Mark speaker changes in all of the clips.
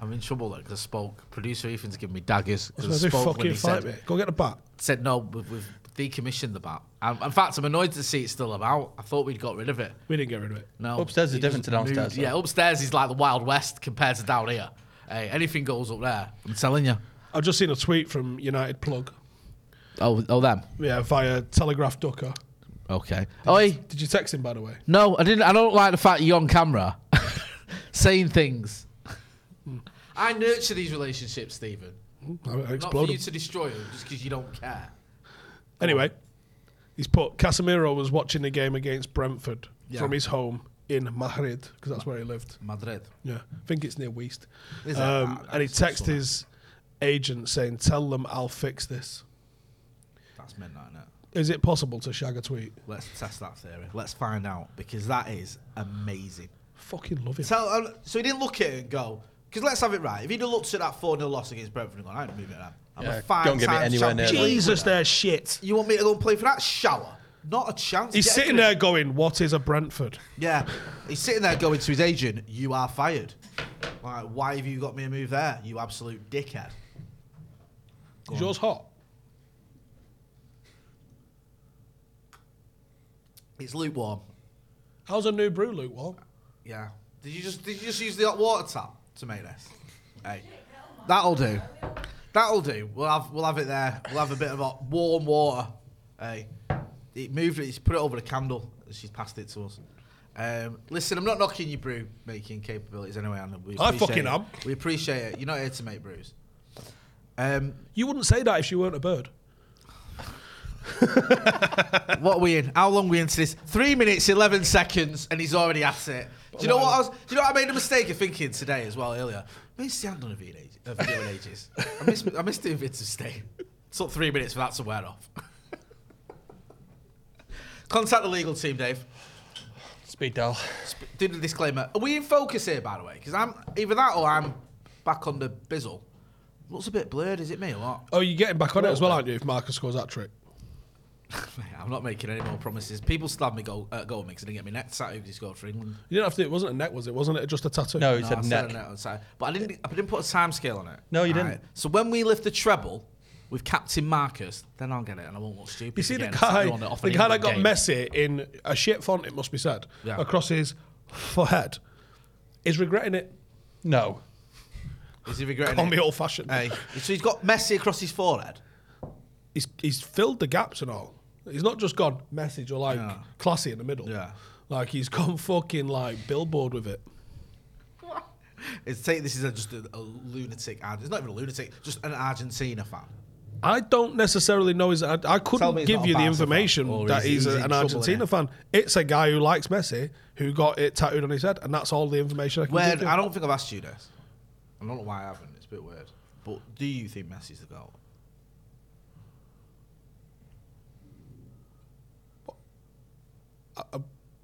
Speaker 1: I'm in trouble like the spoke. Producer Ethan's giving me daggers. 'cause
Speaker 2: Let's do
Speaker 1: Spoke, when
Speaker 2: fucking
Speaker 1: he said-
Speaker 2: fight, mate. Go get the bat.
Speaker 1: said no, we've, we've decommissioned the bat. Um, in fact, I'm annoyed to see it's still about. I thought we'd got rid of it.
Speaker 2: We didn't get rid of it.
Speaker 1: No,
Speaker 3: Upstairs is
Speaker 1: it
Speaker 3: different
Speaker 1: just
Speaker 3: to downstairs,
Speaker 1: moved- Yeah,
Speaker 3: though.
Speaker 1: upstairs is like the wild west compared to down here. Hey, anything goes up there. I'm telling you.
Speaker 2: I've just seen a tweet from United Plug.
Speaker 1: Oh, oh, them.
Speaker 2: Yeah, via Telegraph Ducker.
Speaker 1: Okay. Oi,
Speaker 2: Did you text him, by the way?
Speaker 1: no, I didn't. I don't like the fact you're on camera saying things. I nurture these relationships, Stephen.
Speaker 2: I, I
Speaker 1: Not for
Speaker 2: exploded.
Speaker 1: you to destroy them just because you don't care.
Speaker 2: Anyway, he's put Casemiro was watching the game against Brentford
Speaker 1: Yeah.
Speaker 2: from his home in Madrid because that's where he lived.
Speaker 1: Madrid.
Speaker 2: Yeah, I think it's near Weast.
Speaker 1: Is it?
Speaker 2: Um,
Speaker 1: Ah,
Speaker 2: and he
Speaker 1: that's not so
Speaker 2: texted his agent saying, "Tell them I'll fix this."
Speaker 1: That's midnight, innit?
Speaker 2: Is it possible to shag a tweet?
Speaker 1: Let's test that theory. Let's find out because that is amazing.
Speaker 2: Fucking love it.
Speaker 1: Tell, um, so he didn't look at it and go, because let's have it right. If he'd have looked at that 4 0 loss against Brentford and gone, I ain't moving it on. I'm
Speaker 3: Yeah,
Speaker 1: a five
Speaker 3: don't give me anywhere near that.
Speaker 2: Jesus, they're shit.
Speaker 1: You want me to go and play for that shower? Not a chance.
Speaker 2: He's
Speaker 1: Get a
Speaker 2: sitting
Speaker 1: grip.
Speaker 2: there going, "What is a Brentford?"
Speaker 1: Yeah. He's sitting there going to his agent, You are fired. Like, why have you got me a move there, you absolute dickhead?
Speaker 2: Is yours hot?
Speaker 1: It's lukewarm.
Speaker 2: How's a new brew, Luke? What?
Speaker 1: Yeah. Did you just did you just use the hot water tap to make this? Hey, that'll do. That'll do. We'll have we'll have it there. We'll have a bit of hot, warm water. Hey, it moved. it. He's put it over the candle. She's passed it to us. Um, listen, I'm not knocking your brew making capabilities anyway, Anna. We
Speaker 2: I
Speaker 1: appreciate
Speaker 2: fucking
Speaker 1: it.
Speaker 2: am.
Speaker 1: We appreciate it. You're not here to make brews. Um,
Speaker 2: You wouldn't say that if you weren't a bird.
Speaker 1: What are we in? How long are we into this? Three minutes, eleven seconds, and he's already at it. Do you know what I was? Do you know what I made a mistake of thinking today as well earlier? I missed the hand on a video in ages. A video in ages. I missed I missed doing bits of stay. Took three minutes for that to wear off. Contact the legal team, Dave.
Speaker 3: Speed dial.
Speaker 1: Do the disclaimer. Are we in focus here, by the way? Because I'm either that or I'm back on the bizzle. Looks a bit blurred. Is it me or what?
Speaker 2: Oh, you're getting back on it as well,
Speaker 1: Well,
Speaker 2: aren't you? If Marcus scores that trick.
Speaker 1: Mate, I'm not making any more promises. People stabbed me goal, uh, goal mix and didn't get me next Saturday because he scored for England.
Speaker 2: You didn't have to. It wasn't a net, was it? Wasn't it just a tattoo?
Speaker 3: No, he
Speaker 1: No, I
Speaker 3: said
Speaker 1: said a
Speaker 3: neck.
Speaker 1: net on Saturday. But I didn't. I didn't put a time scale on it.
Speaker 3: No, you didn't.
Speaker 1: So when we lift the treble with Captain Marcus, then I'll get it, and I won't look stupid.
Speaker 2: You see the
Speaker 1: again. Saturday
Speaker 2: guy,
Speaker 1: on off
Speaker 2: the
Speaker 1: an
Speaker 2: guy that
Speaker 1: England
Speaker 2: got
Speaker 1: game.
Speaker 2: Messi in a shit font, it must be said,
Speaker 1: Yeah.
Speaker 2: across his forehead, is regretting it.
Speaker 3: No.
Speaker 1: Is he regretting
Speaker 2: On
Speaker 1: it?
Speaker 2: the old fashioned,
Speaker 1: Hey, so he's got Messi across his forehead.
Speaker 2: he's he's filled the gaps and all. He's not just gone message or like
Speaker 1: Yeah.
Speaker 2: classy in the middle.
Speaker 1: Yeah.
Speaker 2: like he's gone fucking like billboard with it.
Speaker 1: It's take this is a, just a, a lunatic. Ar- It's not even a lunatic. Just an Argentina fan.
Speaker 2: I don't necessarily know his. I, I
Speaker 1: Tell
Speaker 2: couldn't
Speaker 1: me he's
Speaker 2: give
Speaker 1: not a
Speaker 2: you the
Speaker 1: Barca
Speaker 2: information
Speaker 1: fan, or
Speaker 2: that
Speaker 1: he's-
Speaker 2: he's,
Speaker 1: he's
Speaker 2: a-
Speaker 1: in
Speaker 2: an
Speaker 1: trouble,
Speaker 2: Argentina
Speaker 1: innit?
Speaker 2: fan. It's a guy who likes Messi who got it tattooed on his head, and that's all the information I can
Speaker 1: Weird.
Speaker 2: give you.
Speaker 1: I don't think I've asked you this. I don't know why I haven't. It's a bit weird. But do you think Messi's the goal?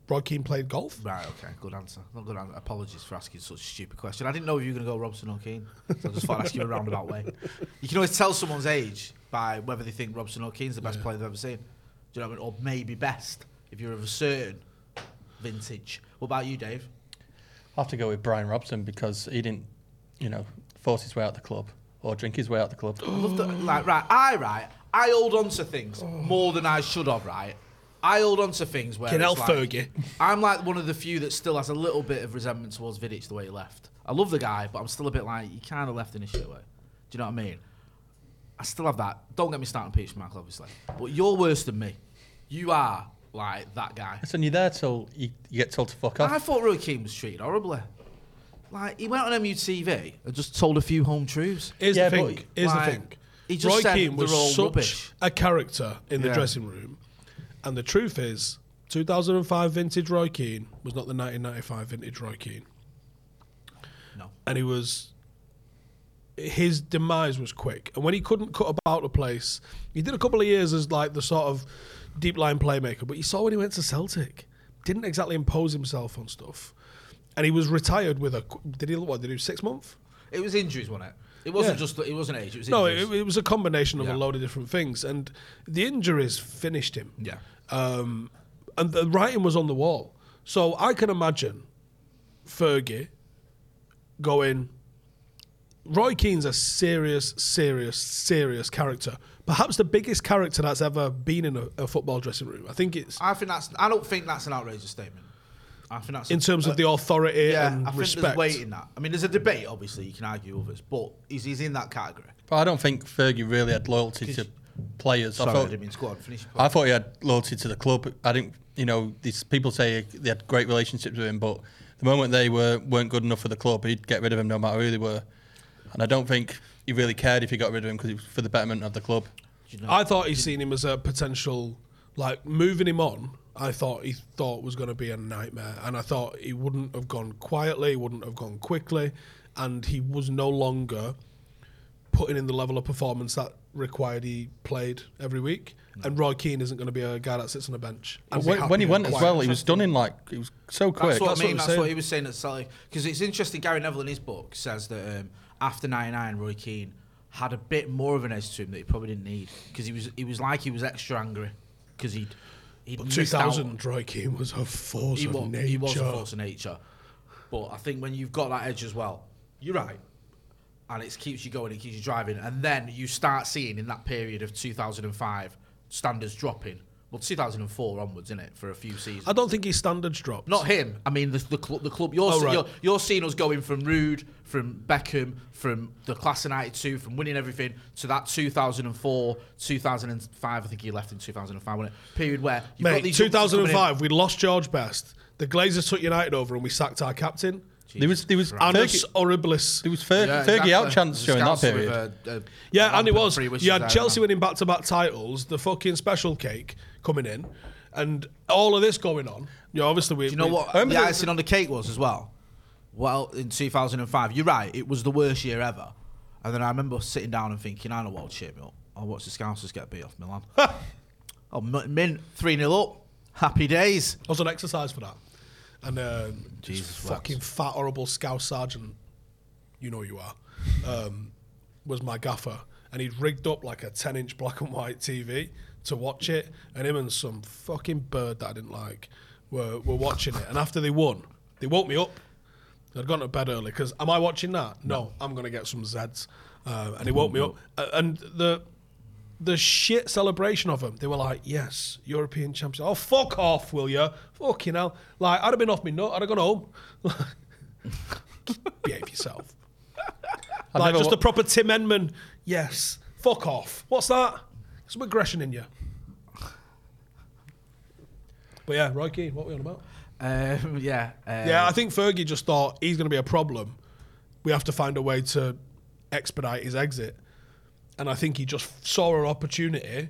Speaker 2: Roy Keane played golf.
Speaker 1: Right, okay, good answer. Not good answer. Apologies for asking such a stupid question. I didn't know if you were going to go Robson or Keane. So I just thought I'd ask you in a roundabout way. You can always tell someone's age by whether they think Robson or Keane's the best player they've ever seen. Do you know what I mean? Or maybe best, if you're of a certain vintage. What about you, Dave?
Speaker 3: I'll have to go with Brian Robson because he didn't, you know, force his way out the club or drink his way out the club.
Speaker 1: Love that-
Speaker 2: Mm.
Speaker 1: like, right, I, right, I hold on to
Speaker 2: Oh.
Speaker 1: things more than I should have, right? I hold on to things where.
Speaker 2: Get
Speaker 1: it's
Speaker 2: out,
Speaker 1: like-
Speaker 2: Fergie.
Speaker 1: I'm like one of the few that still has a little bit of resentment towards Vidic the way he left. I love the guy, but I'm still a bit like he kind of left in a shit way. Do you know what I mean? I still have that. Don't get me started on Peter Schmeichel, obviously, but you're worse than me. You are like that guy.
Speaker 3: Listen, you're there till you, you get told to fuck off.
Speaker 1: I thought Roy Keane was treated horribly. Like he went on MUTV and just told a few home truths.
Speaker 2: Here's
Speaker 3: Yeah,
Speaker 2: the
Speaker 3: but
Speaker 2: thing. Here's
Speaker 1: like,
Speaker 2: the thing.
Speaker 1: he just
Speaker 2: Roy
Speaker 1: said
Speaker 2: Keane
Speaker 1: they're all
Speaker 2: was such
Speaker 1: rubbish.
Speaker 2: a character in the
Speaker 1: Yeah.
Speaker 2: dressing room, and the truth is, 2005 vintage Roy Keane was not the 1995 vintage Roy Keane,
Speaker 1: No.
Speaker 2: and he was. His demise was quick, and when he couldn't cut about the place, he did a couple of years as like the sort of deep line playmaker. But you saw when he went to Celtic, didn't exactly impose himself on stuff, and he was retired with a. qu- Did he what? Did he do six month?
Speaker 1: It was injuries, wasn't it? It wasn't
Speaker 2: Yeah.
Speaker 1: just it wasn't age. It was
Speaker 2: No,
Speaker 1: injuries.
Speaker 2: it, it was a combination of
Speaker 1: Yeah.
Speaker 2: a load of different things, and the injuries finished him.
Speaker 1: yeah.
Speaker 2: Um, and the writing was on the wall, so I can imagine Fergie going. Roy Keane's a serious, serious, serious character. Perhaps the biggest character that's ever been in a, a football dressing room. I think it's
Speaker 1: I think that's. I don't think that's an outrageous statement. I think that's
Speaker 2: in terms of the authority
Speaker 1: uh, Yeah,
Speaker 2: and
Speaker 1: I think
Speaker 2: respect.
Speaker 1: there's weight in that. I mean, there's a debate, obviously, you can argue others, but he's, he's in that category.
Speaker 3: But I don't think Fergie really had loyalty to players.
Speaker 1: Sorry,
Speaker 3: I
Speaker 1: I
Speaker 3: thought
Speaker 1: didn't mean squad. Finish. your
Speaker 3: I thought he had loyalty to the club. I didn't, you know, these people say they had great relationships with him, but the moment they were weren't good enough for the club, he'd get rid of them no matter who they were. And I don't think he really cared if he got rid of him because it was for the betterment of the club.
Speaker 2: I thought he'd seen him as a potential, like moving him on. I thought he thought was going to be a nightmare, and I thought he wouldn't have gone quietly, he wouldn't have gone quickly, and he was no longer putting in the level of performance that required he played every week. And Roy Keane isn't going to be a guy that sits on a bench.
Speaker 3: And
Speaker 2: Is
Speaker 3: when, when he
Speaker 2: happy
Speaker 3: went
Speaker 2: and
Speaker 3: as
Speaker 2: quiet?
Speaker 3: well, he was done in like it was so quick.
Speaker 1: That's what I mean.
Speaker 2: I'm
Speaker 1: That's
Speaker 2: saying.
Speaker 1: what he was saying at Celtic. Because it's interesting. Gary Neville in his book says that um, after '99, Roy Keane had a bit more of an edge to him that he probably didn't need because he was he was like he was extra angry because he'd he'd
Speaker 2: But
Speaker 1: missed out
Speaker 2: 2000 Roy Keane was a force
Speaker 1: he
Speaker 2: of
Speaker 1: was,
Speaker 2: nature.
Speaker 1: he was a force of nature. But I think when you've got that edge as well, you're right. And it keeps you going, it keeps you driving. And then you start seeing in that period of 2005 standards dropping. Well, 2004 onwards, isn't it, for a few seasons.
Speaker 2: I don't think his standards dropped.
Speaker 1: Not him. I mean the the, cl- the club. You're,
Speaker 2: Oh,
Speaker 1: se-
Speaker 2: right.
Speaker 1: you're you're seeing us going from Rude, from Beckham, from the class of '92, from winning everything to that 2004, 2005. I think he left in 2005. Wasn't it? Period where you've got
Speaker 2: Mate,
Speaker 1: these youngsters coming in.
Speaker 2: 2005, we lost George Best. The Glazers took United over and we sacked our captain.
Speaker 3: There was there was
Speaker 2: Anus
Speaker 3: Fergie,
Speaker 2: horribilis.
Speaker 3: there was Fer-
Speaker 1: Yeah,
Speaker 3: Fergie
Speaker 1: exactly.
Speaker 3: out chance
Speaker 1: There's a
Speaker 3: during that
Speaker 1: scouser with uh,
Speaker 3: period.
Speaker 1: a- a
Speaker 2: Yeah,
Speaker 1: lamp
Speaker 2: and it was.
Speaker 1: three wishes
Speaker 2: You had
Speaker 1: there,
Speaker 2: Chelsea
Speaker 1: man.
Speaker 2: winning back to back titles, the fucking special cake coming in, and all of this going on. Yeah, obviously we.
Speaker 1: Do you know
Speaker 2: we-
Speaker 1: what
Speaker 3: remember
Speaker 1: the
Speaker 3: the-
Speaker 1: icing on the cake was as well? Well, in 2005, you're right, it was the worst year ever. And then I remember sitting down and thinking, I know what'll cheer me up. I'll watch the Scousers get beat off Milan. oh, Min- Min, 3 0 up. Happy days.
Speaker 2: I was on exercise for that, and um, Jesus
Speaker 1: Jesus,
Speaker 2: fucking fat horrible scouse sergeant, you know who you are, um, was my gaffer, and he'd rigged up like a ten inch black and white TV to watch it, and him and some fucking bird that I didn't like were were watching it, and after they won, they woke me up. I'd gone to bed early because am I watching that? No, I'm gonna get some Zeds, um, and he woke me up, uh, and the. The shit celebration of him. They were like, "Yes, European champion." Oh, fuck off, will you? Fucking hell! Like, I'd have been off my nut. I'd have gone home. Behave yourself.
Speaker 3: I've
Speaker 2: like,
Speaker 3: never
Speaker 2: just
Speaker 3: wa-
Speaker 2: a proper Tim Enman. Yes. Fuck off. What's that? Some aggression in you. But yeah, Roy Keane. What were we on about?
Speaker 1: Um, yeah. uh,
Speaker 2: Yeah, I think Fergie just thought he's going to be a problem. We have to find a way to expedite his exit. And I think he just saw an opportunity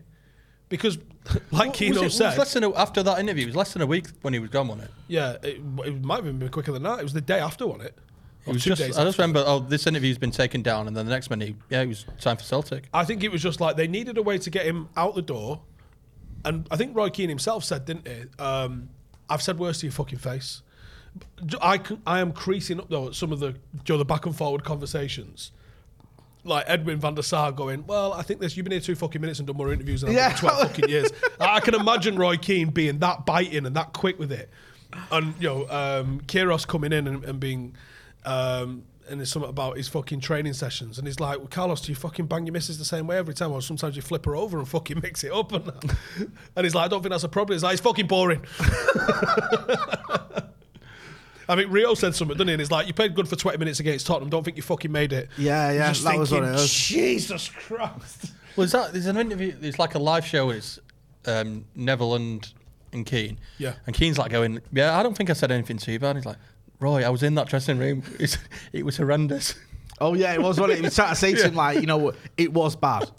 Speaker 2: because, like
Speaker 3: What
Speaker 2: Keno
Speaker 3: was it- it
Speaker 2: said,
Speaker 3: was less than a, after that interview, it was less than a week when he was gone on it.
Speaker 2: yeah, it, it might have even been quicker than that. It was the day after, wasn't it?
Speaker 3: It
Speaker 2: Or
Speaker 3: was
Speaker 2: two
Speaker 3: just, I
Speaker 2: days
Speaker 3: just
Speaker 2: after.
Speaker 3: remember, oh, this interview's been taken down, and then the next minute, yeah, it was time for Celtic.
Speaker 2: I think it was just like they needed a way to get him out the door. And I think Roy Keane himself said, didn't he? Um, I've said worse to your fucking face. D- I, c- I am creasing up though at some of the you know, the back and forward conversations. Like Edwin van der Sar going, well, I think this. You've been here two fucking minutes and done more interviews than I've
Speaker 1: Yeah.
Speaker 2: done twelve fucking years. I I can imagine Roy Keane being that biting and that quick with it, and you know, um, Kiros coming in and, and being, um, and there's something about his fucking training sessions, and he's like, well, Carlos, do you fucking bang your missus the same way every time, or sometimes you flip her over and fucking mix it up, and, that. and he's like, I don't think that's a problem. He's like, it's fucking boring. I mean, Rio said something, didn't he? And he's like, you played good for 20 minutes against Tottenham. Don't think you fucking made it.
Speaker 1: Yeah, yeah,
Speaker 2: Just
Speaker 1: that was what
Speaker 2: thinking,
Speaker 1: it was.
Speaker 2: Jesus Christ.
Speaker 3: Well, is that there's an interview. It's like a live show. It's um, Neville and and Keane.
Speaker 2: Yeah.
Speaker 3: And Keane's like going, yeah, I don't think I said anything to you, but he's like, Roy, I was in that dressing room. It's, it was horrendous.
Speaker 1: Oh yeah, it was what it was trying to say to him like, you know what, it was bad.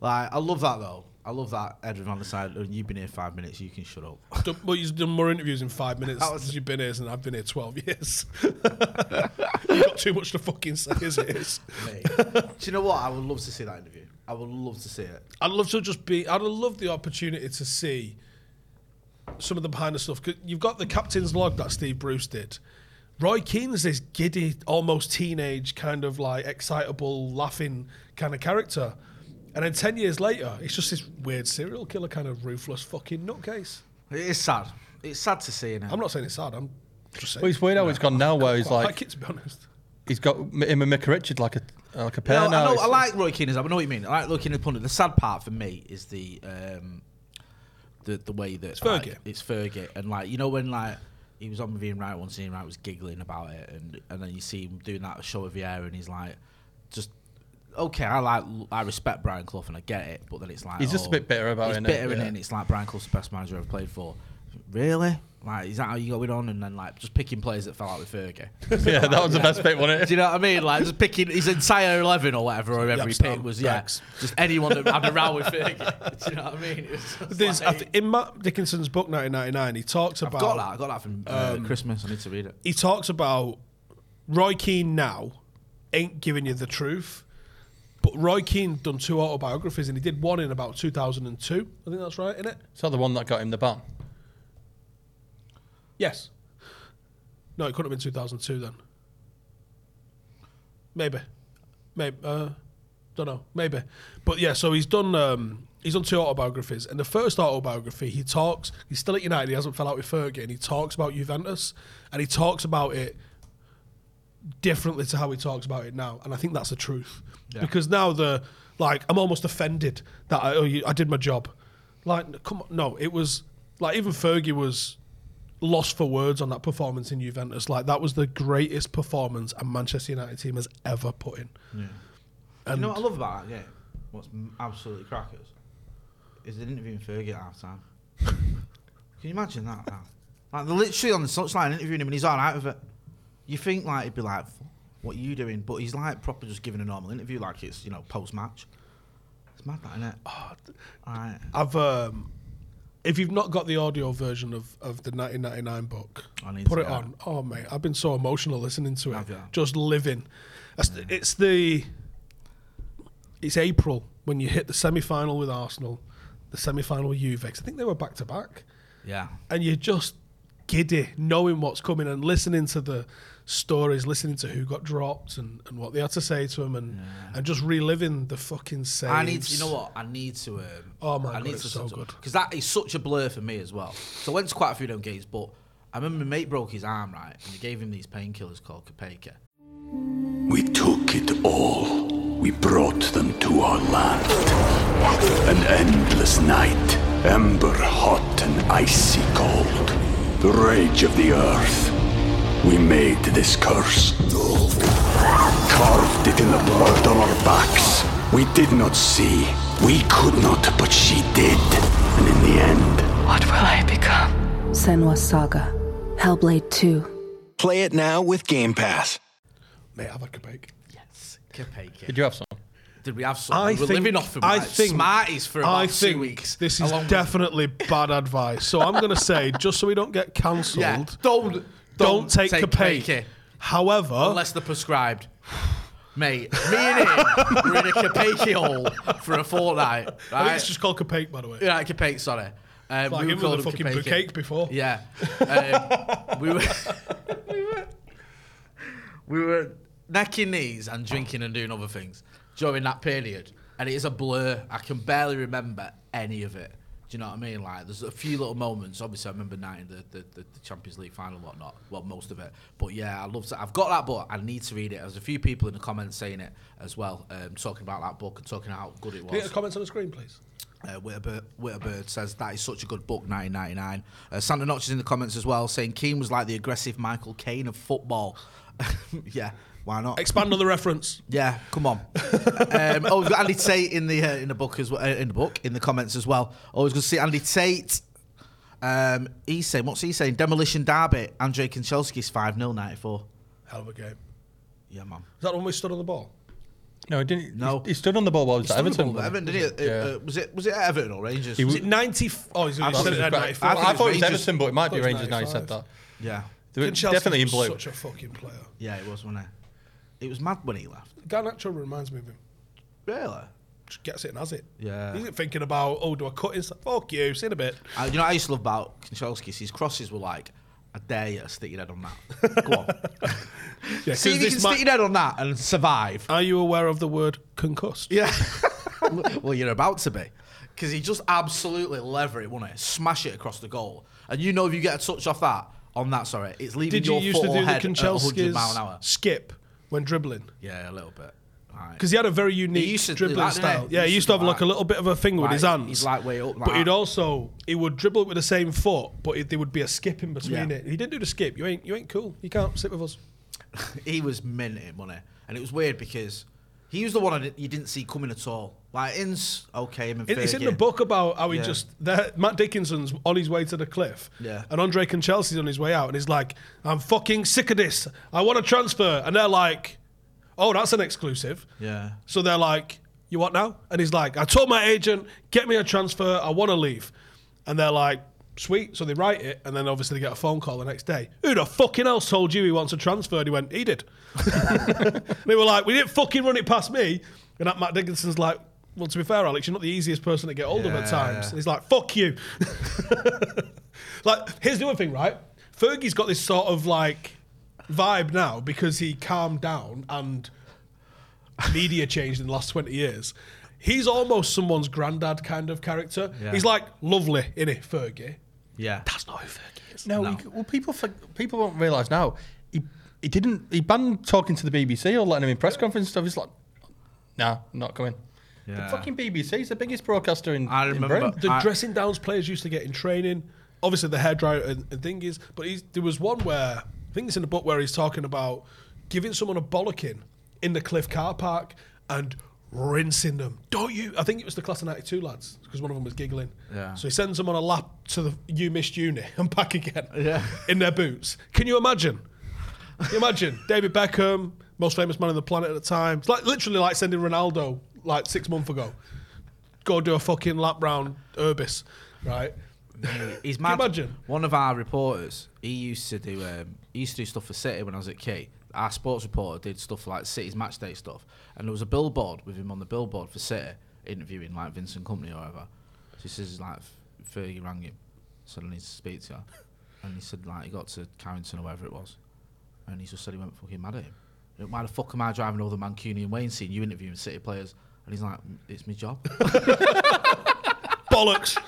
Speaker 1: Like I love that though. I love that Edwin van der side. You've been here five minutes, you can shut up.
Speaker 2: Done- well, you've done more interviews in five minutes
Speaker 1: That was-
Speaker 2: since you've been here than I've been here 12 years. you've got too much to fucking say as it is.
Speaker 1: Mate. Do you know what? I would love to see that interview. I would love to see it.
Speaker 2: I'd love to just be, I'd love the opportunity to see some of the behind the stuff. 'Cause You've got the captain's log that Steve Bruce did. Roy Keane's this giddy, almost teenage, kind of like excitable, laughing kind of character. And then 10 years later, it's just this weird serial killer kind of ruthless fucking nutcase.
Speaker 1: It is sad. It's sad to see it.
Speaker 2: I'm not saying it's sad, I'm just saying.
Speaker 3: Well, it's weird how it's gone now, where he's
Speaker 2: Quite
Speaker 3: like,
Speaker 2: it, to be honest.
Speaker 3: he's got him and Mick Richard like a like a pair
Speaker 1: No,
Speaker 3: now.
Speaker 1: I know.
Speaker 3: It's-
Speaker 1: I like Roy Keane. as- I know what you mean. I like Roy Keane as a pundit. The sad part for me is the um, the the way that it's
Speaker 2: Fergie.
Speaker 1: Like, it's Fergie, and like you know when like he was on with Ian Wright once, and Ian Wright was giggling about it, and and then you see him doing that show with Vieira, and he's like, just okay. I like I respect Brian Clough, and I get it, but then it's like
Speaker 3: He's just a
Speaker 1: oh,
Speaker 3: bit bitter about
Speaker 1: he's
Speaker 3: it, innit?
Speaker 1: Bitter in
Speaker 3: Yeah.
Speaker 1: it, and it's like Brian Clough's the best manager I've ever played for. Really? Like, is that how you going on? And then like just picking players that fell out with Fergie.
Speaker 3: yeah, that was the best bit, wasn't it?
Speaker 1: Do you know what I mean? Like just picking his entire eleven or whatever, or every
Speaker 2: Yapstam,
Speaker 1: pick was yeah,
Speaker 2: Bex.
Speaker 1: just anyone that had a row with Fergie. Do you know what I mean? It was just
Speaker 2: There's, I
Speaker 1: like-
Speaker 2: th- in Matt Dickinson's book 1999, he talks
Speaker 1: I've
Speaker 2: about
Speaker 1: got that. I got that from uh, Christmas. I need to read it.
Speaker 2: he talks about Roy Keane now ain't giving you the truth. But Roy Keane done two autobiographies and he did one in about 2002. I think that's right, innit?
Speaker 3: Is that the one that got him the ban?
Speaker 2: Yes. No, it couldn't have been 2002 then. Maybe. Maybe. Uh, don't know. Maybe. But yeah, so he's done. Um, he's done two autobiographies, and the first autobiography he talks. He's still at United. He hasn't fell out with Fergie, and he talks about Juventus, and he talks about it differently to how he talks about it now. And I think that's the truth because now the like I'm almost offended that I oh, you, I did my job. Like, come on, no, it was like even Fergie was lost for words on that performance in Juventus. Like that was the greatest performance a Manchester United team has ever put in.
Speaker 1: you know what I love about that game? What's m- absolutely crackers is they interviewing Fergie at half time. Can you imagine that? Now? Like they're literally on the touchline interviewing him, and he's all right with it. You think like he'd be like, "F- "What are you doing?" But he's like proper just giving a normal interview, like it's you know post match. It's mad, that, isn't it? Oh, right.
Speaker 2: I've um, if you've not got the audio version of, of the 1999 book,
Speaker 1: I need
Speaker 2: put
Speaker 1: to
Speaker 2: it
Speaker 1: get
Speaker 2: on. Oh mate, I've been so emotional listening to it,
Speaker 1: Have ya?
Speaker 2: just living. That's the- It's the it's April when you hit the semi final with Arsenal, the semi final with Juve. 'cause I think they were back to back.
Speaker 1: Yeah.
Speaker 2: and you're just giddy knowing what's coming and listening to the stories, listening to who got dropped and, and what they had to say to him, and, and just reliving the fucking saves.
Speaker 1: I need to, you know what? I need to. Um,
Speaker 2: Oh my
Speaker 1: I
Speaker 2: God, it's so good.
Speaker 1: Because that is such a blur for me as well. So I went to quite a few of them games, but I remember my mate broke his arm, right? And they gave him these painkillers called Copaca.
Speaker 4: We took it all. We brought them to our land. An endless night, ember hot and icy cold. The rage of the earth. We made this curse. Carved it in the blood on our backs. We did not see. We could not, but she did. And in the end,
Speaker 5: What will I become? Senwa Saga. Hellblade 2.
Speaker 6: Play it now with Game Pass.
Speaker 2: Mate, I've had Quebec.
Speaker 1: Yes, Copaca.
Speaker 3: Did you have some?
Speaker 1: Did we have some? we were living off of
Speaker 2: I
Speaker 1: like,
Speaker 2: think
Speaker 1: Smarties for about
Speaker 2: I
Speaker 1: two
Speaker 2: think
Speaker 1: weeks.
Speaker 2: This is
Speaker 1: along with-
Speaker 2: definitely bad advice. So I'm going to say, just so we don't get cancelled,
Speaker 1: Yeah, don't-
Speaker 2: don't,
Speaker 1: don't
Speaker 2: take,
Speaker 1: take
Speaker 2: Capek.
Speaker 1: Capek.
Speaker 2: However,
Speaker 1: Unless they're prescribed. Mate, me and him were in a Copaca hole for a fortnight.
Speaker 2: I
Speaker 1: Right?
Speaker 2: think it's just called Capek, by the way.
Speaker 1: United Capek, sorry. Um,
Speaker 2: Like him with
Speaker 1: called
Speaker 2: the fucking
Speaker 1: Capeki.
Speaker 2: bouquet before.
Speaker 1: Yeah. Um, we were. we were- we were neck and knees and drinking and doing other things during that period. And it is a blur. I can barely remember any of it. Do you know what I mean? Like, there's a few little moments. Obviously, I remember night in the, the, the, the Champions League final and whatnot. Well, most of it. But yeah, I love to. I've got that book. I need to read it. There's a few people in the comments saying it as well, um, talking about that book and talking how good it was.
Speaker 2: Can you get the comments on the screen, please?
Speaker 1: Uh, Whitabird, Whitabird says that is such a good book, 1999. Uh, Santa Notch is in the comments as well, saying Keane was like the aggressive Michael Caine of football. yeah, why not?
Speaker 2: Expand on the reference.
Speaker 1: yeah, come on. um, oh, we've got Andy Tate in the uh, in the book as well, uh, in the book in the comments as well. Oh, Always good to see Andy Tate. Um, he's saying, what's he saying? Demolition Derby. Andre Kanchelski's five 0 94.
Speaker 2: Hell of a game. Is
Speaker 1: Yeah, man.
Speaker 2: that when we stood on the ball?
Speaker 3: No, he didn't.
Speaker 1: No.
Speaker 3: he, he stood on the ball while he was at Everton.
Speaker 1: Everton, Everton, didn't he? Uh,
Speaker 3: Yeah.
Speaker 1: uh, was it was it Everton or Rangers?
Speaker 3: He
Speaker 2: Was
Speaker 3: was-
Speaker 2: it 90? F- oh, he's going
Speaker 3: I, thought
Speaker 2: to
Speaker 3: it was
Speaker 2: at
Speaker 3: Gra-
Speaker 2: 94.
Speaker 3: I, I
Speaker 1: it was
Speaker 3: thought it was
Speaker 1: Rangers.
Speaker 3: Everton, but it might be
Speaker 2: Thought it was
Speaker 3: Rangers now he
Speaker 2: 95.
Speaker 3: said that.
Speaker 1: yeah,
Speaker 3: They were
Speaker 2: Kinshasa
Speaker 3: definitely in
Speaker 2: was
Speaker 3: blue.
Speaker 2: Such a fucking player.
Speaker 1: yeah, it was, wasn't it? It was mad when he left.
Speaker 2: Garnacho reminds me of him.
Speaker 1: Really?
Speaker 2: Just gets it and has it.
Speaker 1: Yeah.
Speaker 2: He isn't thinking about, oh, do I cut inside? Fuck you, see you in a bit.
Speaker 1: Uh, you know what I used to love about Kanchelski is his crosses were like, I dare you to stick your head on that. Go on. See
Speaker 2: Yeah, 'cause
Speaker 1: if you
Speaker 2: this Oh,
Speaker 1: can
Speaker 2: ma-
Speaker 1: stick your head on that and survive.
Speaker 2: Are you aware of the word concussed?
Speaker 1: Yeah. well, you're about to be. Because he just absolutely lever it, wouldn't he? Smash it across the goal. And you know if you get a touch off that, on that, sorry, it's leaving
Speaker 2: Did you
Speaker 1: your
Speaker 2: used
Speaker 1: foot
Speaker 2: to
Speaker 1: or
Speaker 2: do the
Speaker 1: head at 100 mile an hour.
Speaker 2: Kanchelskis skip when dribbling?
Speaker 1: Yeah, a little bit. Right.
Speaker 2: Because he had a very unique
Speaker 1: used to do
Speaker 2: dribbling
Speaker 1: that, didn't he?
Speaker 2: style.
Speaker 1: He
Speaker 2: Yeah, he
Speaker 1: used
Speaker 2: used
Speaker 1: to
Speaker 2: to have
Speaker 1: do
Speaker 2: like
Speaker 1: that.
Speaker 2: a little bit of a thing with
Speaker 1: Like,
Speaker 2: his hands.
Speaker 1: he's like way up like
Speaker 2: but he'd
Speaker 1: that.
Speaker 2: also he would dribble with the same foot, but it, there would be a skip in between
Speaker 1: Yeah.
Speaker 2: it. He didn't do the skip. You ain't you ain't cool. You can't sit with us.
Speaker 1: he was minting money, and it was weird because he was the one I did, you didn't see coming at all. Like Ince, okay, him and
Speaker 2: It- it's in the
Speaker 1: Fergie.
Speaker 2: book about how he
Speaker 1: Yeah.
Speaker 2: just that Matt Dickinson's on his way to the cliff,
Speaker 1: Yeah.
Speaker 2: and Andre Chelsea's on his way out, and he's like, "I'm fucking sick of this. I want to transfer," and they're like, "Oh, that's an exclusive."
Speaker 1: Yeah.
Speaker 2: So they're like, "You what now?" And he's like, "I told my agent, get me a transfer. I want to leave," and they're like. Sweet. So they write it, and then obviously they get a phone call the next day. Who the fucking else told you he wants a transfer? And he went, he did. They were like, we didn't fucking run it past me. And that Matt Dickinson's like, well, to be fair, Alex, you're not the easiest person to get hold of at times. And he's like, fuck you. like, here's the other thing, right? Fergie's got this sort of like vibe now because he calmed down and media changed in the last 20 years. He's almost someone's granddad kind of character.
Speaker 1: Yeah.
Speaker 2: He's like lovely, innit, Fergie?
Speaker 1: Yeah.
Speaker 2: That's not who Fergie is.
Speaker 3: No, he- well, people for, people won't realise now. He he didn't. He banned talking to the BBC or letting him in press conference and stuff. He's like, nah, I'm not coming.
Speaker 1: Yeah.
Speaker 3: The fucking BBC's the biggest broadcaster in,
Speaker 1: I
Speaker 3: in
Speaker 1: remember-
Speaker 3: Britain.
Speaker 2: The
Speaker 1: I-
Speaker 2: dressing downs players used to get in training. Obviously, the hairdryer and, and thingies. But he's, there was one where, I think it's in the book, where he's talking about giving someone a bollocking in the Cliff car park and rinsing them. Don't you? I think it was the class of 92 lads because one of them was giggling.
Speaker 1: Yeah.
Speaker 2: So he sends them on a lap to the you missed uni and back again
Speaker 1: Yeah.
Speaker 2: in their boots. Can you imagine? Can you imagine David Beckham, most famous man on the planet at the time. It's like literally like sending Ronaldo like six months ago go do a fucking lap round Urbis, right?
Speaker 1: He's
Speaker 2: Can you
Speaker 1: mad.
Speaker 2: imagine?
Speaker 1: One of our reporters, he used to do um, he used to do stuff for City when I was at Key. Our sports reporter did stuff like City's match day stuff, and there was a billboard with him on the billboard for City interviewing like Vincent Company or whatever. She says like Fergie rang him, said I need to speak to her, and he said like he got to Carrington or wherever it was, and he just said he went fucking mad at him. He went, Why the fuck am I driving all the Mancunian way and seeing you interviewing City players? And he's like, it's my job.
Speaker 2: Bollocks.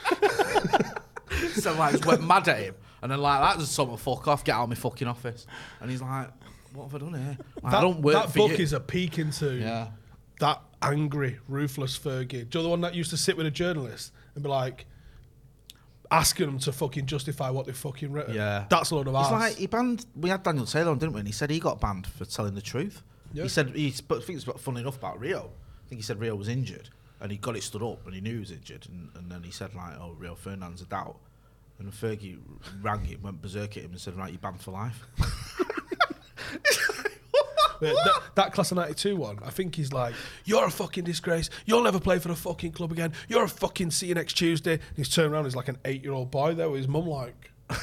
Speaker 1: So like, just went mad at him, and then like that just sort of fuck off, get out of my fucking office. And he's like, "What have I done here? Like, I don't work
Speaker 2: that
Speaker 1: for
Speaker 2: book
Speaker 1: you."
Speaker 2: is a peek into
Speaker 1: Yeah.
Speaker 2: that angry, ruthless Fergie. Do you know the one that used to sit with a journalist and be like, asking them to fucking justify what they've fucking written?
Speaker 1: yeah,
Speaker 2: That's a load of
Speaker 1: It's
Speaker 2: arse.
Speaker 1: like he banned. We had Daniel Taylor on, didn't we? And he said he got banned for telling the truth.
Speaker 2: Yeah.
Speaker 1: He said he sp- I think it's about funny enough about Rio. I think he said Rio was injured, and he got it stood up, and he knew he was injured, and, and then he said like, "Oh, Rio Fernand's a doubt." And Fergie rang him, went berserk at him, and said, "Right, you're banned for life."
Speaker 2: Yeah, that, that class of 92 one, I think he's like, You're a fucking disgrace. You'll never play for the fucking club again. You're a fucking see you next Tuesday. And he's turned around, he's like an eight year old boy there with his mum, like, And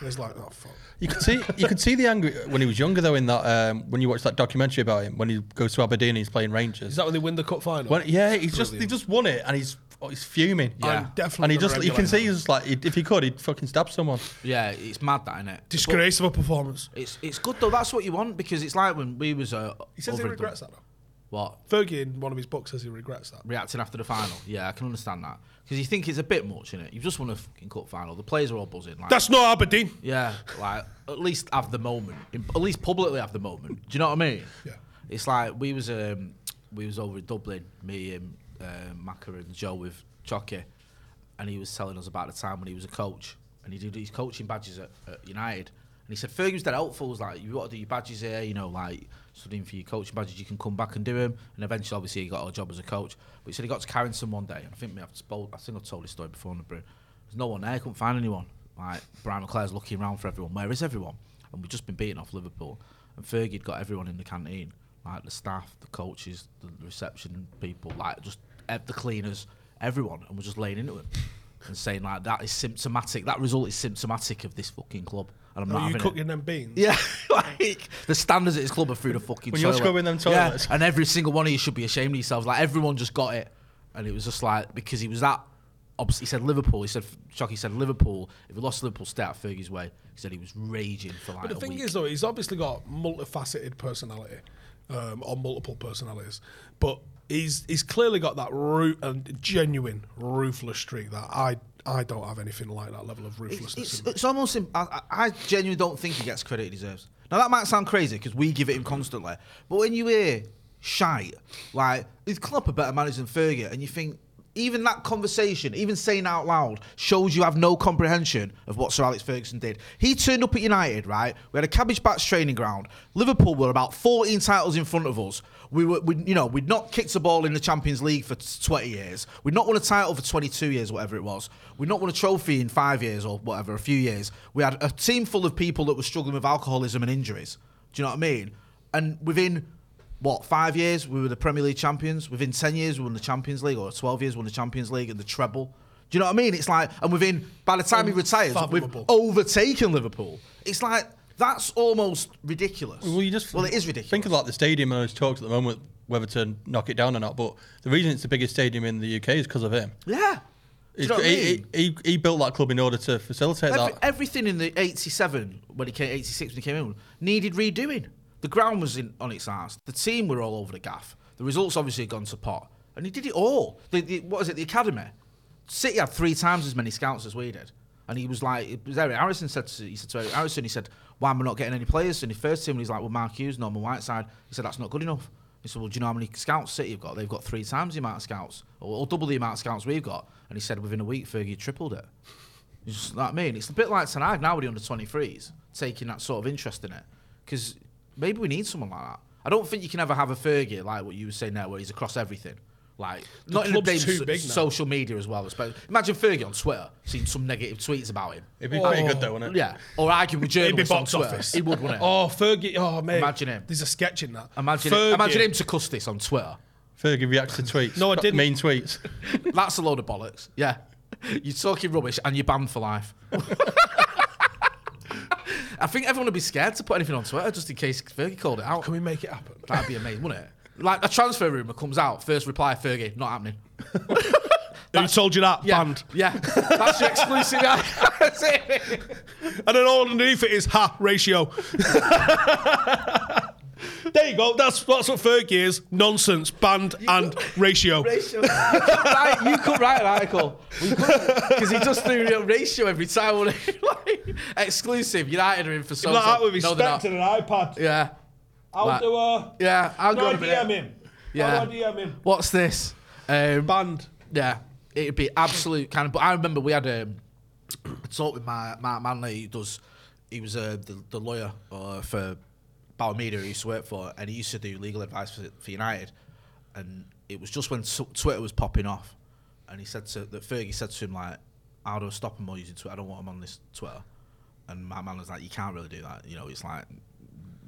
Speaker 2: he's like, oh fuck.
Speaker 3: You could see you could see the anger when he was younger though. In that um, when you watch that documentary about him, when he goes to Aberdeen, and he's playing Rangers.
Speaker 2: Is that when they win the cup final?
Speaker 3: When- yeah, he's just he just won it, and he's oh, he's fuming.
Speaker 2: I'm Yeah. definitely
Speaker 3: and he
Speaker 2: gonna
Speaker 3: just you can
Speaker 2: regulate
Speaker 3: see he's just like he- if he could, he'd fucking stab someone.
Speaker 1: Yeah, it's mad that in it.
Speaker 2: Disgrace of a performance.
Speaker 1: It's it's good though. That's what you want because it's like when we was uh,
Speaker 2: He says he
Speaker 1: over-
Speaker 2: regrets that. Though.
Speaker 1: what
Speaker 2: Fergie in one of his books says he regrets that.
Speaker 1: reacting after the final. Yeah, I can understand that because you think it's a bit much in it. You've just won a fucking cup final. The players are all buzzing. Like,
Speaker 2: That's not Aberdeen.
Speaker 1: yeah, like at least have the moment. In- At least publicly have the moment. Do you know what I mean?
Speaker 2: Yeah.
Speaker 1: It's like we was um we was over in Dublin, me and uh, Macker and Joe with Chucky, and he was telling us about the time when he was a coach and he did his coaching badges at, at United. And he said Fergie was dead helpful. Was like, you got to do your badges here, you know, like studying for your coaching badges. You can come back and do them. And eventually, obviously, he got a job as a coach. But he said he got to Carrington one day, and I think me, I've spoke, I think I've told this story before on the brew. There's no one there. I couldn't find anyone. Like Brian McClare's looking around for everyone. Where is everyone? And we've just been beaten off Liverpool. And Fergie had got everyone in the canteen, like the staff, the coaches, the reception people, like just ev- the cleaners, everyone, and we're just laying into him and saying like that is symptomatic. That result is symptomatic of this fucking club. And I'm not
Speaker 2: Are you
Speaker 1: having it.
Speaker 2: cooking them beans?
Speaker 1: Yeah, like the standards at this club are through the fucking.
Speaker 3: When you're
Speaker 1: toilet.
Speaker 3: scrubbing them toilets.
Speaker 1: yeah, and every single one of you should be ashamed of yourselves. Like everyone just got it, and it was just like because he was that. Obs- he said Liverpool. He said Chucky said Liverpool. If we lost Liverpool, stay out Fergie's way. He said he was raging for like.
Speaker 2: But the
Speaker 1: a
Speaker 2: thing
Speaker 1: week.
Speaker 2: is, though, he's obviously got multifaceted personality, um, or multiple personalities. But he's he's clearly got that root and genuine ruthless streak that I I don't have anything like that level of
Speaker 1: It's,
Speaker 2: ruthlessness.
Speaker 1: it's,
Speaker 2: in me.
Speaker 1: it's almost. im- I, I I genuinely don't think he gets credit he deserves. Now that might sound crazy because we give it him constantly, but when you hear shite like is Klopp a better manager than Fergie, and you think even that conversation, even saying out loud, shows you have no comprehension of what Sir Alex Ferguson did. He turned up at United, right? We had a cabbage patch training ground. Liverpool were about 14 titles in front of us. We were, we, you know, we'd not kicked a ball in the Champions League for 20 years. We'd not won a title for 22 years, whatever it was. We'd not won a trophy in five years or whatever, a few years. We had a team full of people that were struggling with alcoholism and injuries. Do you know what I mean? And within what five years we were the Premier League champions. Within ten years we won the Champions League, or twelve years we won the Champions League and the treble. Do you know what I mean? It's like, and within by the time he retires, we've
Speaker 2: Unfathomable.
Speaker 1: overtaken Liverpool. It's like that's almost ridiculous.
Speaker 3: Well, you just
Speaker 1: well, it is ridiculous.
Speaker 3: Think of like the stadium and those talks at the moment whether to knock it down or not. But the reason it's the biggest stadium in the UK is because of him.
Speaker 1: yeah. Do you know what I
Speaker 3: He-
Speaker 1: mean?
Speaker 3: he, he, he built that club in order to facilitate
Speaker 1: Every,
Speaker 3: that.
Speaker 1: everything in the 87 when he came 86 when he came in needed redoing the ground was in, on its arse the team were all over the gaff the results obviously had gone to pot and he did it all the, the, what is it the academy City had three times as many scouts as we did and he was like it was Eric Harrison said to, he said to Eric Harrison he said why am I not getting any players and the first team he's like well Mark Hughes Norman Whiteside he said that's not good enough he said, "Well, do you know how many scouts City have got? They've got three times the amount of scouts, or, or double the amount of scouts we've got." And he said, "Within a week, Fergie tripled it." You just know what I mean? It's a bit like Tanag now with the under 23s, taking that sort of interest in it. Because maybe we need someone like that. I don't think you can ever have a Fergie like what you were saying there, where he's across everything. Like, not in the days
Speaker 2: club's too
Speaker 1: of
Speaker 2: big
Speaker 1: so-
Speaker 2: now.
Speaker 1: social media as well. Especially. Imagine Fergie on Twitter seeing some negative tweets about him.
Speaker 3: It'd be pretty good though, wouldn't it?
Speaker 1: Yeah. Or arguing with
Speaker 2: It'd be
Speaker 1: journalists on
Speaker 2: box
Speaker 1: Twitter.
Speaker 2: office.
Speaker 1: He would, wouldn't it?
Speaker 2: Oh, Fergie. Oh, mate.
Speaker 1: Imagine him.
Speaker 2: There's a sketch in that.
Speaker 1: Imagine,
Speaker 2: Fergie.
Speaker 1: him, imagine him to cuss this on Twitter.
Speaker 3: Fergie reacts to tweets.
Speaker 2: No, I didn't.
Speaker 3: Mean tweets.
Speaker 1: That's a load of bollocks. Yeah. You're talking rubbish and you're banned for life. I think everyone would be scared to put anything on Twitter just in case Fergie called it out.
Speaker 2: Can we make it happen?
Speaker 1: That'd be amazing, wouldn't it? Like a transfer rumor comes out, first reply Fergie, not happening.
Speaker 2: Who told you that?
Speaker 1: Yeah,
Speaker 2: Banned.
Speaker 1: yeah. That's your exclusive. That's it.
Speaker 2: And then all underneath it is ha ratio. there you go. That's that's what Fergie is. Nonsense. Banned and ratio.
Speaker 1: Ratio. You could write, you could write an article because he just threw a ratio every time. wouldn't he? like, exclusive. United are in for so.
Speaker 2: Like that with his
Speaker 1: no, they're not.
Speaker 2: specs and an iPad.
Speaker 1: Yeah,
Speaker 2: I'll
Speaker 1: Like-
Speaker 2: do a.
Speaker 1: yeah. I'll
Speaker 2: How
Speaker 1: go
Speaker 2: do
Speaker 1: with
Speaker 2: I
Speaker 1: it.
Speaker 2: DM him?
Speaker 1: Yeah.
Speaker 2: How do I DM him?
Speaker 1: What's this? Um,
Speaker 2: Banned.
Speaker 1: Yeah, it'd be absolute kind of. But I remember we had um, a talk with my Mark Manley. He does. He was uh, the, the lawyer uh, for Bauer Media. He used to work for, and he used to do legal advice for, for United. And it was just when t- Twitter was popping off, and he said to that Fergie said to him like, "How do I stop him using Twitter? I don't want him on this Twitter." And Mark Manley's like, "You can't really do that. You know, it's like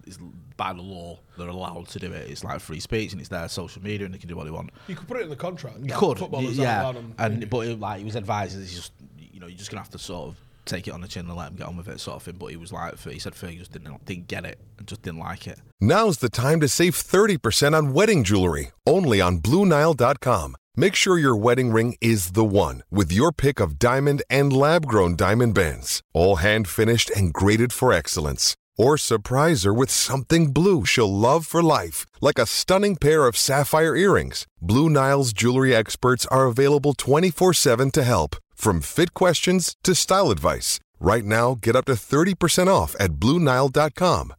Speaker 1: it's by the law they're allowed to do it. It's like free speech, and it's their social media, and they can do what they want."
Speaker 2: You could put it in the contract.
Speaker 1: You
Speaker 2: that
Speaker 1: could,
Speaker 2: Footballers
Speaker 1: yeah.
Speaker 2: aren't allowed on.
Speaker 1: And but it, like he was advised, that it's just you know you're just gonna have to sort of take it on the chin and let him get on with it, sort of thing. But he was like, he said Fergie just didn't didn't get it and just didn't like it.
Speaker 7: Now's the time to save 30% on wedding jewelry, only on BlueNile.com. Make sure your wedding ring is the one with your pick of diamond and lab grown diamond bands, all hand finished and graded for excellence. Or surprise her with something blue she'll love for life, like a stunning pair of sapphire earrings. Blue Nile's jewelry experts are available 24 7 to help, from fit questions to style advice. Right now, get up to 30% off at BlueNile.com.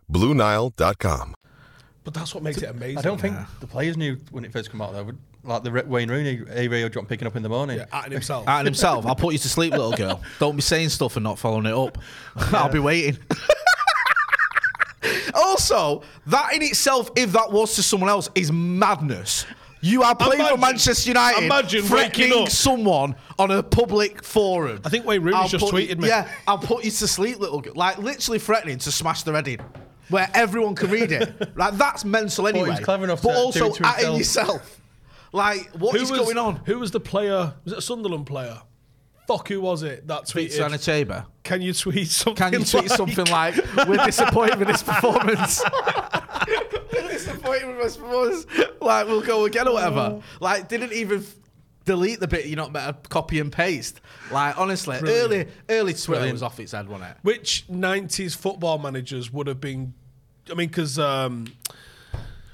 Speaker 7: BlueNile.com.
Speaker 2: But that's what makes it amazing.
Speaker 3: I don't think the players knew when it first came out, though. would- Like the Re- Wayne Rooney aerial drop picking up in the morning.
Speaker 2: Yeah, at himself.
Speaker 1: And himself, I'll put you to sleep, little girl. Don't be saying stuff and not following it up. I'll be waiting. also, that in itself, if that was to someone else, is madness. You are playing for
Speaker 2: Imagine-
Speaker 1: Manchester United,
Speaker 2: imagine waking
Speaker 1: threatening
Speaker 2: up.
Speaker 1: someone on a public forum.
Speaker 2: I think Wayne Rooney just
Speaker 1: put you-
Speaker 2: tweeted me.
Speaker 1: Yeah, I'll put you to sleep, little girl. Like literally threatening to smash the head in, where everyone can read it. like that's mental
Speaker 3: he
Speaker 1: anyway.
Speaker 3: was clever enough
Speaker 1: but
Speaker 3: to do
Speaker 1: also
Speaker 3: it to
Speaker 1: atting
Speaker 3: himself.
Speaker 1: yourself. Like what is going on?
Speaker 2: Who was the player? Was it a Sunderland player? Fuck, who was it that tweeted?
Speaker 1: Anacheba.
Speaker 2: Can you tweet something?
Speaker 1: Can you tweet
Speaker 2: like-
Speaker 1: something like, "We're disappointed with this performance"? We're disappointed with this performance. Like we'll go again or
Speaker 2: Mm.
Speaker 1: whatever. Like didn't even f- delete the bit you not better copy and paste. Like honestly, early early Twitter was off its head, wasn't it?
Speaker 2: Which '90s football managers would have been? I mean, because um,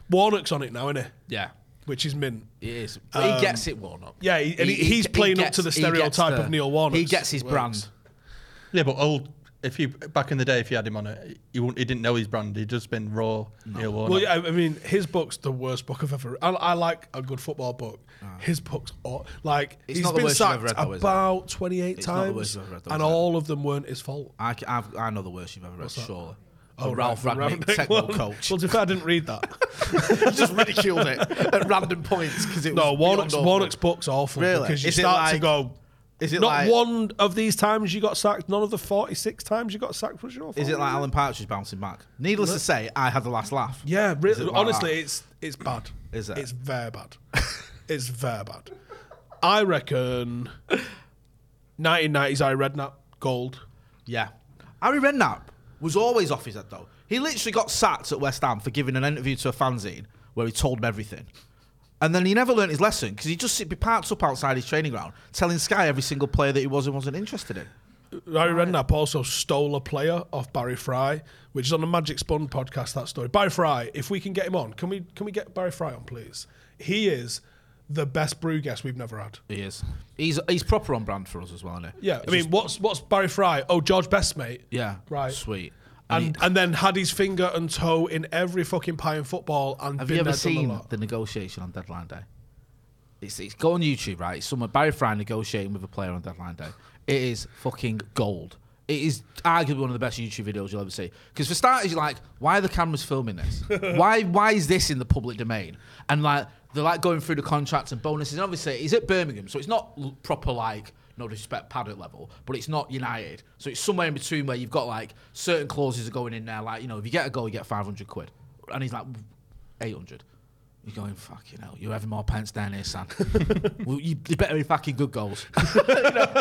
Speaker 2: Warnock's on it now, isn't it?
Speaker 1: Yeah,
Speaker 2: Which is mint.
Speaker 1: it is. But he gets it worn up.
Speaker 2: Um, yeah, he- and he- he's playing up to the
Speaker 1: he gets
Speaker 2: stereotype of Neil Warnock.
Speaker 1: He gets his brand.
Speaker 3: Yeah, but old. If you back in the day, if you had him on it, you wouldn't, he didn't know his brand. He'd just been raw. Neil Warnock.
Speaker 2: Well, yeah, I I mean, his book's the worst book I've ever. I, I like a good football book. His book's aw- like
Speaker 1: Ah. It's
Speaker 2: he's
Speaker 1: not the
Speaker 2: been
Speaker 1: worst I've
Speaker 2: sacked
Speaker 1: ever read, though, is it?
Speaker 2: about twenty-eight
Speaker 1: It's not the worst
Speaker 2: times,
Speaker 1: I've ever read, though,
Speaker 2: and
Speaker 1: is it?
Speaker 2: all of them weren't his fault.
Speaker 1: I, c- I've, I know the worst you've ever read, surely. Oh,
Speaker 2: right,
Speaker 1: Ralph
Speaker 2: the
Speaker 1: Radnick,
Speaker 2: Radnick
Speaker 1: techno
Speaker 2: one.
Speaker 1: coach.
Speaker 2: Well, to be fair, I didn't read that.
Speaker 1: just ridiculed it at random points because it was
Speaker 2: No,
Speaker 1: beyond
Speaker 2: Warnock's,
Speaker 1: awful.
Speaker 2: Warnock's book's awful
Speaker 1: Really?
Speaker 2: because you
Speaker 1: Is it
Speaker 2: start to
Speaker 1: like-
Speaker 2: go.
Speaker 1: Is it
Speaker 2: not
Speaker 1: like
Speaker 2: one of these times you got sacked. None of the forty-six times you got sacked was your fault.
Speaker 1: Is it like Alan Partridge bouncing back? Needless to say, I had the last laugh.
Speaker 2: Yeah,
Speaker 1: Is it
Speaker 2: really.
Speaker 1: like
Speaker 2: Honestly,
Speaker 1: that?
Speaker 2: it's it's bad.
Speaker 1: Is it?
Speaker 2: It's very bad. it's very bad. I reckon. Nineteen nineties, I read that gold.
Speaker 1: yeah. Harry Redknapp was always off his head though. He literally got sacked at West Ham for giving an interview to a fanzine where he told them everything. And then he never learned his lesson because he just sit- be parked up outside his training ground telling Sky every single player that he was and wasn't interested in.
Speaker 2: Larry Redknapp also stole a player off Barry Fry, which is on the Magic Spun podcast. That story. Barry Fry. If we can get him on, can we can we get Barry Fry on, please? He is the best brew guest we've never had.
Speaker 1: He is. He's he's proper on brand for us as well, isn't he?
Speaker 2: Yeah,
Speaker 1: It's
Speaker 2: I mean,
Speaker 1: just-
Speaker 2: what's what's Barry Fry? Oh, George Best, mate.
Speaker 1: yeah,
Speaker 2: right.
Speaker 1: sweet. And
Speaker 2: And and then had his finger and toe in every fucking pie in football. And
Speaker 1: Have
Speaker 2: been
Speaker 1: you ever
Speaker 2: there, done a
Speaker 1: seen
Speaker 2: lot.
Speaker 1: the negotiation on deadline day? It's, it's go on YouTube, right? It's someone Barry Fry negotiating with a player on deadline day. It is fucking gold. It is arguably one of the best YouTube videos you'll ever see. Because for starters, you're like, why are the cameras filming this? why why is this in the public domain? And like they're like going through the contracts and bonuses. And obviously, he's at Birmingham, so it's not l- proper like no disrespect Paddock level, but it's not United. So it's somewhere in between where you've got like certain clauses are going in there, like you know, if you get a goal, you get 500 quid, and he's like 800. You're going, fucking hell, you're having more pants down here, son. well, you, you better be fucking good goals. You know,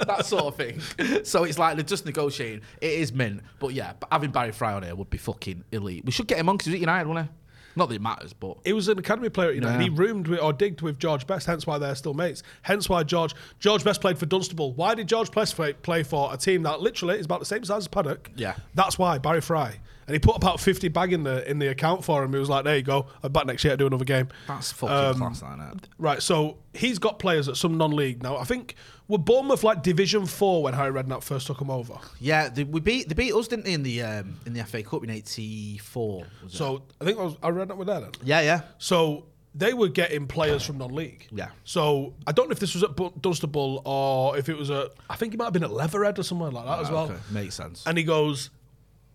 Speaker 1: that sort of thing. So it's like they're just negotiating. It is mint. But yeah, but having Barry Fry on here would be fucking elite. We should get him on because he's at United, wouldn't he? Not that it matters, but.
Speaker 2: He was an academy player, you know, and he
Speaker 1: Yeah.
Speaker 2: roomed with or digged with George Best, hence why they're still mates. Hence why George George Best played for Dunstable. Why did George Best play, play for a team that literally is about the same size as Paddock?
Speaker 1: Yeah.
Speaker 2: That's why, Barry Fry. And he put about 50 bag in the in the account for him. He was like, there you go, I'm back next year to do another game.
Speaker 1: That's fucking class, that, innit?
Speaker 2: Right, so he's got players at some non-league now. I think were Bournemouth like Division Four when Harry Redknapp first took him over.
Speaker 1: Yeah, they, we beat they beat us, didn't they, in the um, in the FA Cup in '84?
Speaker 2: So I think I was, I Redknapp were there then.
Speaker 1: yeah, yeah,
Speaker 2: So they were getting players from non-league.
Speaker 1: Yeah.
Speaker 2: So I don't know if this was at Bu- Dunstable or if it was at I think it might have been at Leatherhead or somewhere like that as well.
Speaker 1: Ah, okay, makes sense.
Speaker 2: And he goes,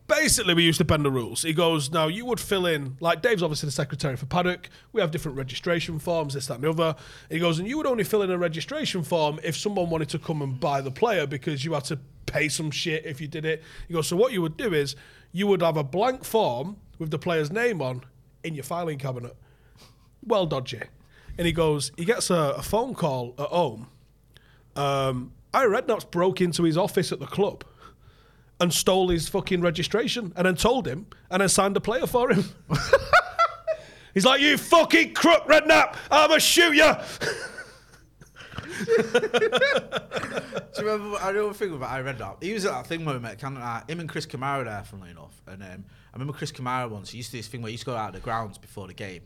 Speaker 2: basically, we used to bend the rules. He goes, now you would fill in, like Dave's obviously the secretary for Paddock. We have different registration forms, this, that, and the other. He goes, and you would only fill in a registration form if someone wanted to come and buy the player because you had to pay some shit if you did it. He goes, so what you would do is you would have a blank form with the player's name on in your filing cabinet. Well dodgy. And he goes, he gets a, a phone call at home um, I Redknapp's broke into his office at the club and stole his fucking registration and then told him and then signed a player for him. He's like, you fucking crook, Redknapp, I'ma shoot you.
Speaker 1: Do you remember? I remember thinking about I read that. He was at that thing where we met Cannon. Uh, him and Chris Kamara there, funnily enough. And um, I remember Chris Kamara once. He used to do this thing where he used to go out of the grounds before the game,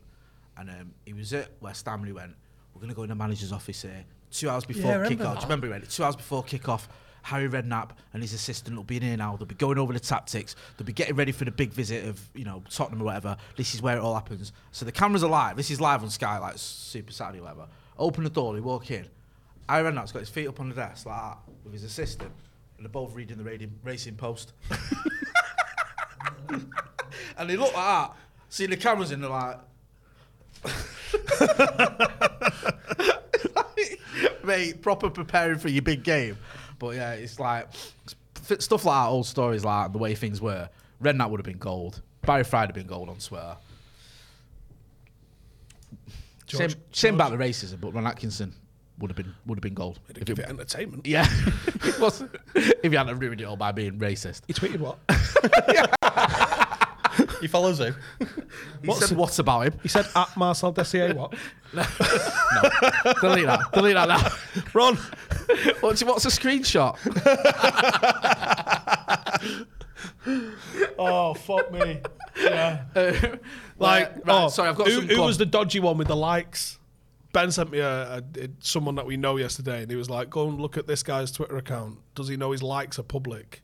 Speaker 1: and um, he was at West Ham. And he went, "We're gonna go in the manager's office here two hours before
Speaker 3: I remember
Speaker 1: kick off." Do
Speaker 3: that.
Speaker 1: you remember? He went two hours before kick off. Harry Redknapp and his assistant will be in here now. They'll be going over the tactics. They'll be getting ready for the big visit of you know Tottenham or whatever. This is where it all happens. So the cameras are live. This is live on Sky, like Super Saturday, or whatever. Open the door. They walk in. I ran out's got his feet up on the desk like that with his assistant, and they're both reading the radi- Racing Post. and they look like that, seeing the cameras in, they're like. Mate, proper preparing for your big game. But yeah, it's like f- stuff like that, old stories like the way things were. Redknapp would have been gold. Barry Fry would have been gold on Twitter. same,
Speaker 2: George-
Speaker 1: same about the racism, but Ron Atkinson would have been would have been gold.
Speaker 2: It'd give it entertainment.
Speaker 1: Yeah, it was. if you hadn't ruined it all by being racist.
Speaker 2: He tweeted what?
Speaker 3: He follows him.
Speaker 1: He said what about him?
Speaker 2: He said at Marcel Dessier what?
Speaker 1: Delete that. Delete that now.
Speaker 2: Ron,
Speaker 1: What's, what's a screenshot?
Speaker 2: Oh fuck me! Yeah, Uh, like
Speaker 1: right,
Speaker 2: oh,
Speaker 1: sorry, I've got
Speaker 2: who,
Speaker 1: some
Speaker 2: who
Speaker 1: gone.
Speaker 2: was the dodgy one with the likes? Ben sent me a, a, it- someone that we know yesterday, and he was like, "Go and look at this guy's Twitter account. Does he know his likes are public?"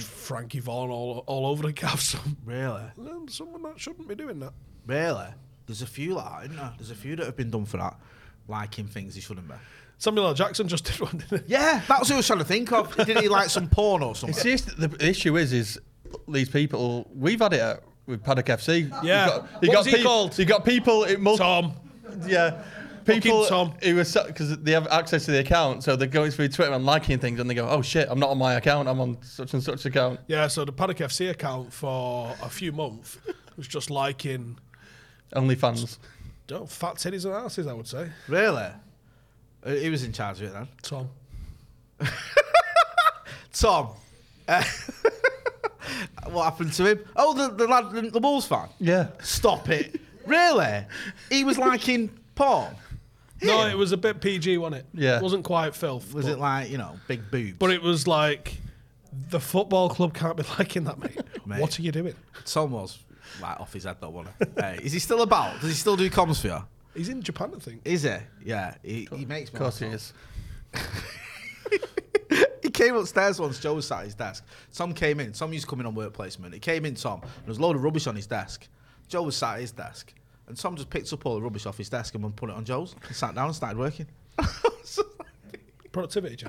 Speaker 2: Frankie Vaughan all all over the gaff. Some,
Speaker 1: Really?
Speaker 2: um, someone that shouldn't be doing that.
Speaker 1: Really? There's a few like, isn't there? There's a few that have been done for that, liking things he shouldn't be.
Speaker 2: Samuel L. Jackson just did one. Didn't he?
Speaker 1: Yeah, that's who I was trying to think of. Did he like some porn or something?
Speaker 3: It's just the the issue is is these people. We've had it at, with Paddock FC.
Speaker 2: Yeah.
Speaker 3: You got, you
Speaker 2: What
Speaker 3: got
Speaker 2: was he
Speaker 3: peop-
Speaker 2: called?
Speaker 3: You got people. It mul-
Speaker 2: Tom.
Speaker 3: Yeah. People
Speaker 2: Tom.
Speaker 3: who were because they have access to the account, so they're going through Twitter and liking things, and they go, "Oh shit, I'm not on my account. I'm on such and such account."
Speaker 2: Yeah, so the Paddock FC account for a few months was just liking
Speaker 3: OnlyFans.
Speaker 2: oh, fat titties and asses, I would say.
Speaker 1: Really? Uh, He was in charge of it then.
Speaker 2: Tom.
Speaker 1: Tom. Uh, what happened to him? Oh, the, the lad, the, the Wolves fan.
Speaker 3: Yeah.
Speaker 1: Stop it. really? He was liking porn.
Speaker 2: No, it was a bit PG, wasn't it?
Speaker 3: Yeah.
Speaker 2: It wasn't quite filth.
Speaker 1: Was
Speaker 2: but,
Speaker 1: it like, you know, big boobs?
Speaker 2: But it was like, the football club can't be liking that, mate.
Speaker 1: Mate.
Speaker 2: What are you doing?
Speaker 1: Tom was like off his head that one. hey, is he still about? Does he still do comms for you?
Speaker 2: He's in Japan, I think.
Speaker 1: Is he? Yeah, he, he makes.
Speaker 3: Of course he is.
Speaker 1: He came upstairs once. Joe was sat at his desk. Tom came in. Tom used to come in on work placement. He came in, Tom. And there was a load of rubbish on his desk. Joe was sat at his desk, and Tom just picked up all the rubbish off his desk and then put it on Joe's. And sat down and started working.
Speaker 2: Productivity, Jay.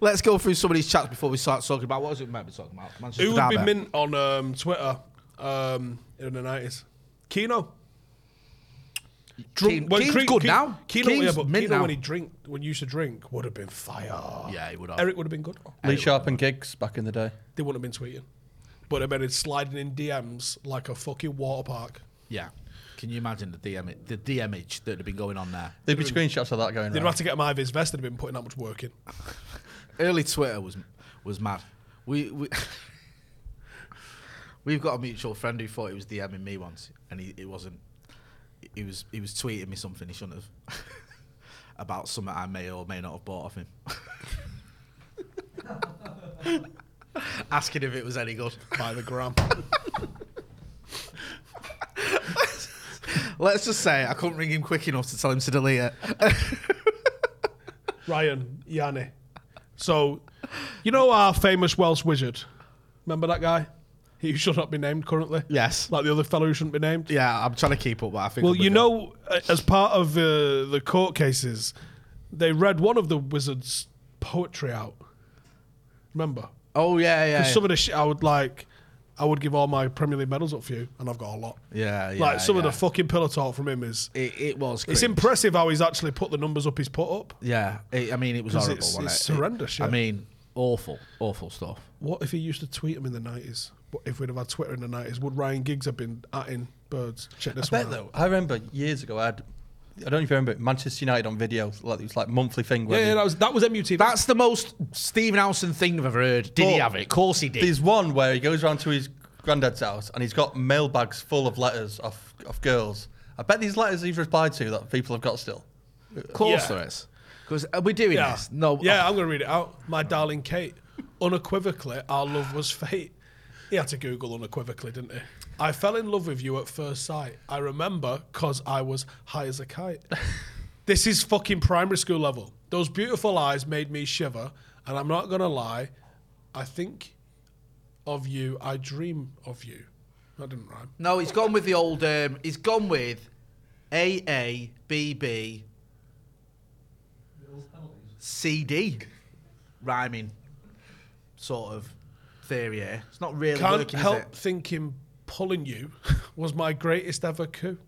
Speaker 1: Let's go through some of these chats before we start talking about what was it we might be talking about? Manchester
Speaker 2: Who would be
Speaker 1: Derby.
Speaker 2: mint on um, Twitter um, in the 90s? Keno.
Speaker 1: Keane-
Speaker 2: Drunk,
Speaker 1: Keane's
Speaker 2: Cre-
Speaker 1: good
Speaker 2: Keane-
Speaker 1: now.
Speaker 2: Keno, yeah,
Speaker 1: Keane's
Speaker 2: but
Speaker 1: mint
Speaker 2: Keno
Speaker 1: now.
Speaker 2: when he drink, when he used to drink, would have been fire.
Speaker 1: Yeah, he would have.
Speaker 2: Eric would have been good.
Speaker 3: Lee Sharp and Giggs back in the day.
Speaker 2: They wouldn't have been tweeting, but they been sliding in DMs like a fucking water park.
Speaker 1: Yeah. Can you imagine the DM the DMage that had been going on there?
Speaker 3: There'd be screenshots of that going
Speaker 2: They'd
Speaker 3: around.
Speaker 2: have to get him out of his vest. They'd have been putting that much work in.
Speaker 1: early Twitter was was mad. We we we've got a mutual friend who thought he was DMing me once, and he it wasn't. He was he was tweeting me something he shouldn't have about something I may or may not have bought off him. Asking if it was any good.
Speaker 2: By the gram.
Speaker 1: Let's just say I couldn't ring him quick enough to tell him to delete it.
Speaker 2: Ryan Yanni. So, you know our famous Welsh wizard? Remember that guy? He should not be named currently.
Speaker 1: Yes.
Speaker 2: Like the other fellow who shouldn't be named.
Speaker 1: yeah, I'm trying to keep up, but I think.
Speaker 2: Well,
Speaker 1: I'm
Speaker 2: you
Speaker 1: gonna-
Speaker 2: know, uh, as part of uh, the court cases, they read one of the wizard's poetry out. Remember?
Speaker 1: Oh yeah, yeah.
Speaker 2: 'Cause
Speaker 1: yeah.
Speaker 2: Some of the shit I would like, I would give all my Premier League medals up for you, and I've got a lot.
Speaker 1: Yeah, yeah.
Speaker 2: like some of
Speaker 1: yeah.
Speaker 2: the fucking pillow talk from him is.
Speaker 1: It, it was.
Speaker 2: It's
Speaker 1: cringe.
Speaker 2: impressive how he's actually put the numbers up he's put up.
Speaker 1: Yeah, it, I mean, it was
Speaker 2: 'Cause
Speaker 1: horrible.
Speaker 2: it's-
Speaker 1: wasn't
Speaker 2: it's
Speaker 1: it? It-
Speaker 2: horrendous,
Speaker 1: I
Speaker 2: yeah.
Speaker 1: mean, awful, awful stuff.
Speaker 2: What if he used to tweet him in the nineties? What if we'd have had Twitter in the nineties? Would Ryan Giggs have been atting birds? Check this
Speaker 3: I bet
Speaker 2: one out.
Speaker 3: though. I remember years ago I had I don't know if you remember it, Manchester United on video. Like it was like monthly thing. Where
Speaker 2: Yeah, yeah,
Speaker 3: they-
Speaker 2: that was that was MUTV.
Speaker 1: That's the most Steven Housen thing I've ever heard. Did he
Speaker 3: But
Speaker 1: have it? Of course he did.
Speaker 3: There's one where he goes round to his granddad's house and he's got mailbags full of letters of, of girls. I bet these letters he's replied to that people have got still.
Speaker 1: Of course
Speaker 2: Yeah.
Speaker 1: there is. Because are we doing
Speaker 2: yeah.
Speaker 1: this? No. uh, oh,
Speaker 2: Yeah, I'm gonna read it out. My darling Kate, unequivocally, our love was fate. He had to Google unequivocally, didn't he? I fell in love with you at first sight. I remember because I was high as a kite. this is fucking primary school level. Those beautiful eyes made me shiver, and I'm not gonna lie. I think of you. I dream of you. That didn't rhyme.
Speaker 1: No, he's gone with the old. Um, he's gone with A A B B C D rhyming sort of theory. Here. It's not really
Speaker 2: Can't
Speaker 1: working,
Speaker 2: help
Speaker 1: is it?
Speaker 2: thinking pulling you was my greatest ever coup.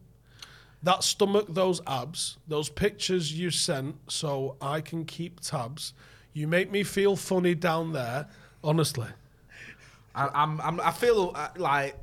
Speaker 2: That stomach, those abs, those pictures you sent so I can keep tabs. You make me feel funny down there, honestly.
Speaker 1: I, I'm, I'm, I feel uh, like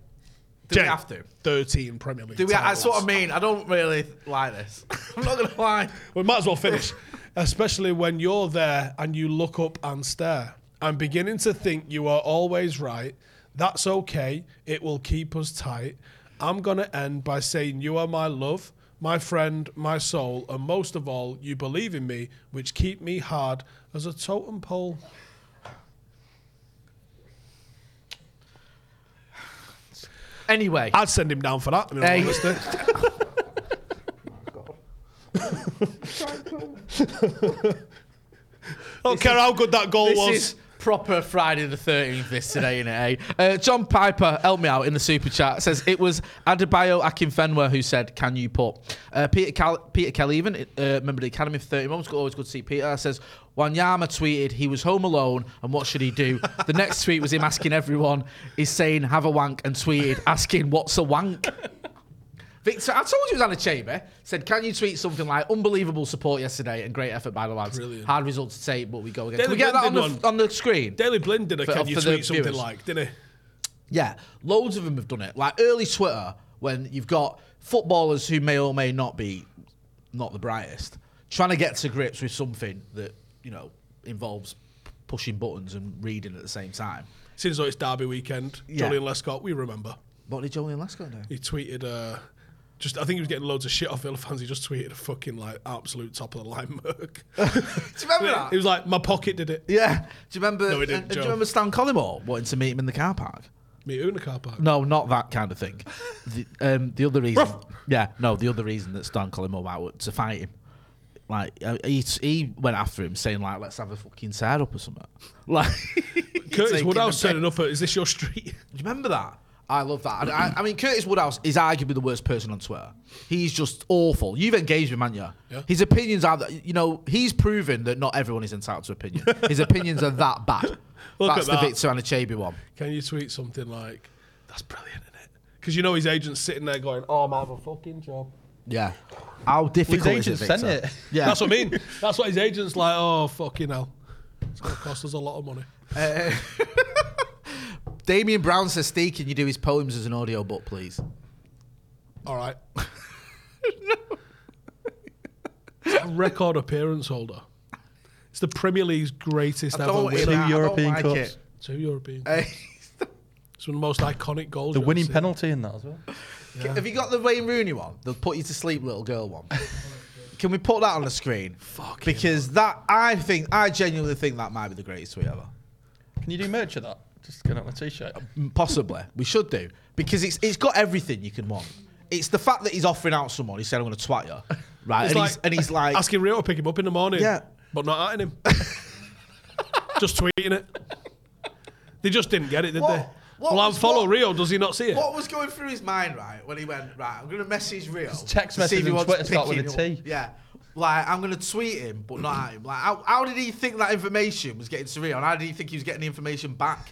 Speaker 1: do we have to?
Speaker 2: 13 Premier League.
Speaker 1: Do we? That's what
Speaker 2: titles.
Speaker 1: I mean. I don't really like this. I'm not gonna lie.
Speaker 2: We might as well finish. Especially when you're there and you look up and stare. I'm beginning to think you are always right. That's okay. It will keep us tight. I'm going to end by saying you are my love, my friend, my soul, and most of all, you believe in me, which keep me hard as a totem pole.
Speaker 1: Anyway,
Speaker 2: I'd send him down for that. in all
Speaker 1: Hey.
Speaker 2: honesty. Don't care how good that goal
Speaker 1: this
Speaker 2: was.
Speaker 1: is proper Friday the 13th. This today, innit? Eh? Uh, John Piper, help me out in the super chat. Says it was Adebayo Akinfenwa who said, "Can you put uh, Peter Cal- Peter Kelly even uh, member of the academy for 30 months? Always good to see Peter." Says Wanyama tweeted he was home alone and what should he do? the next tweet was him asking everyone. He's saying, "Have a wank," and tweeted asking, "What's a wank?" Victor, I told you it was Anna Chamber. Said, can you tweet something like unbelievable support yesterday and great effort by the lads?
Speaker 2: Brilliant.
Speaker 1: Hard result to take, but we go again.
Speaker 2: Daily
Speaker 1: Can we get that on the,
Speaker 2: Blind did
Speaker 1: on the screen?
Speaker 2: Daily Blind did a
Speaker 1: For-
Speaker 2: can you
Speaker 1: for the
Speaker 2: tweet something
Speaker 1: viewers.
Speaker 2: like, didn't he?
Speaker 1: Yeah, loads of them have done it. Like early Twitter, when you've got footballers who may or may not be not the brightest, trying to get to grips with something that, you know, involves p- pushing buttons and reading at the same time.
Speaker 2: Seems though it's Derby weekend.
Speaker 1: Yeah.
Speaker 2: Julian Lescott, we remember.
Speaker 1: What did Jolie and Lascaux do?
Speaker 2: He tweeted uh just I think he was getting loads of shit off Villa fans. He just tweeted a fucking like absolute top of the line merc. do you
Speaker 1: remember that?
Speaker 2: He was like, My pocket did it.
Speaker 1: Yeah. Do you remember?
Speaker 2: No, we
Speaker 1: and-
Speaker 2: didn't,
Speaker 1: and do
Speaker 2: Joe.
Speaker 1: you remember Stan Collymore wanting to meet him in the car park?
Speaker 2: Me who in the car park.
Speaker 1: No, not that kind of thing. The, um, the other reason, yeah, no, the other reason that Stan Colin Moore was to fight him, like uh, he he went after him saying like, "Let's have a fucking side up or something." Like
Speaker 2: Curtis
Speaker 1: taking
Speaker 2: Woodhouse
Speaker 1: the piss.
Speaker 2: turning up at, is this your street?
Speaker 1: Do you remember that? I love that. And I, I mean, Curtis Woodhouse is arguably the worst person on Twitter. He's just awful. You've engaged with him, haven't you?
Speaker 2: Yeah.
Speaker 1: His opinions are, that, you know, he's proven that not everyone is entitled to opinion. His opinions are that bad.
Speaker 2: Look
Speaker 1: That's
Speaker 2: at that.
Speaker 1: the Victor Anachabi one.
Speaker 2: Can you tweet something like, That's brilliant, isn't it? Because you know his agent's sitting there going, Oh I'm out of a fucking job.
Speaker 1: Yeah. How difficult is it,
Speaker 3: agent sent
Speaker 1: Victor?
Speaker 3: it.
Speaker 1: Yeah.
Speaker 2: That's what I mean. That's what his agent's like, Oh fucking hell. It's gonna cost us a lot of money.
Speaker 1: Damien Brown says, Steve, can you do his poems as an audio book, please?
Speaker 2: All right. A record appearance holder. It's the Premier League's greatest ever
Speaker 1: want it.
Speaker 2: win.
Speaker 3: Two
Speaker 1: I don't
Speaker 3: European
Speaker 1: like
Speaker 3: Cups.
Speaker 1: it.
Speaker 2: Two European.
Speaker 1: Eh,
Speaker 2: It's one of the most iconic goals.
Speaker 3: The
Speaker 2: you've
Speaker 3: winning
Speaker 2: ever seen.
Speaker 3: penalty in that as well.
Speaker 1: Have you got the Wayne Rooney one? The put you to sleep little girl one. can we put that on the screen? Fuck. Because that, I think, I genuinely think that might be the greatest tweet ever.
Speaker 3: Can you do merch of that? Just get out my t-shirt.
Speaker 1: Mm, Possibly. we should do. Because it's it's got everything you can want. It's the fact that he's offering out someone. He said, I'm going to twat you. Right.
Speaker 2: It's
Speaker 1: And, he's, and he's like,
Speaker 2: asking Rio to pick him up in the morning.
Speaker 1: Yeah.
Speaker 2: But not at him. just tweeting it. They just didn't get it, did
Speaker 1: What-
Speaker 2: they?
Speaker 1: what
Speaker 2: well,
Speaker 1: was-
Speaker 2: I'm follow
Speaker 1: what-
Speaker 2: Rio. Does he not see it?
Speaker 1: What was going through his mind, right, when he went, right, I'm going to message Rio.
Speaker 3: text
Speaker 1: to see if
Speaker 3: message
Speaker 1: he
Speaker 3: and
Speaker 1: wants
Speaker 3: Twitter start with
Speaker 1: picking
Speaker 3: a
Speaker 1: up.
Speaker 3: T.
Speaker 1: Yeah. Like, I'm going to tweet him, but not at him. Like, how, how did he think that information was getting to Rio? And how did he think he was getting the information back?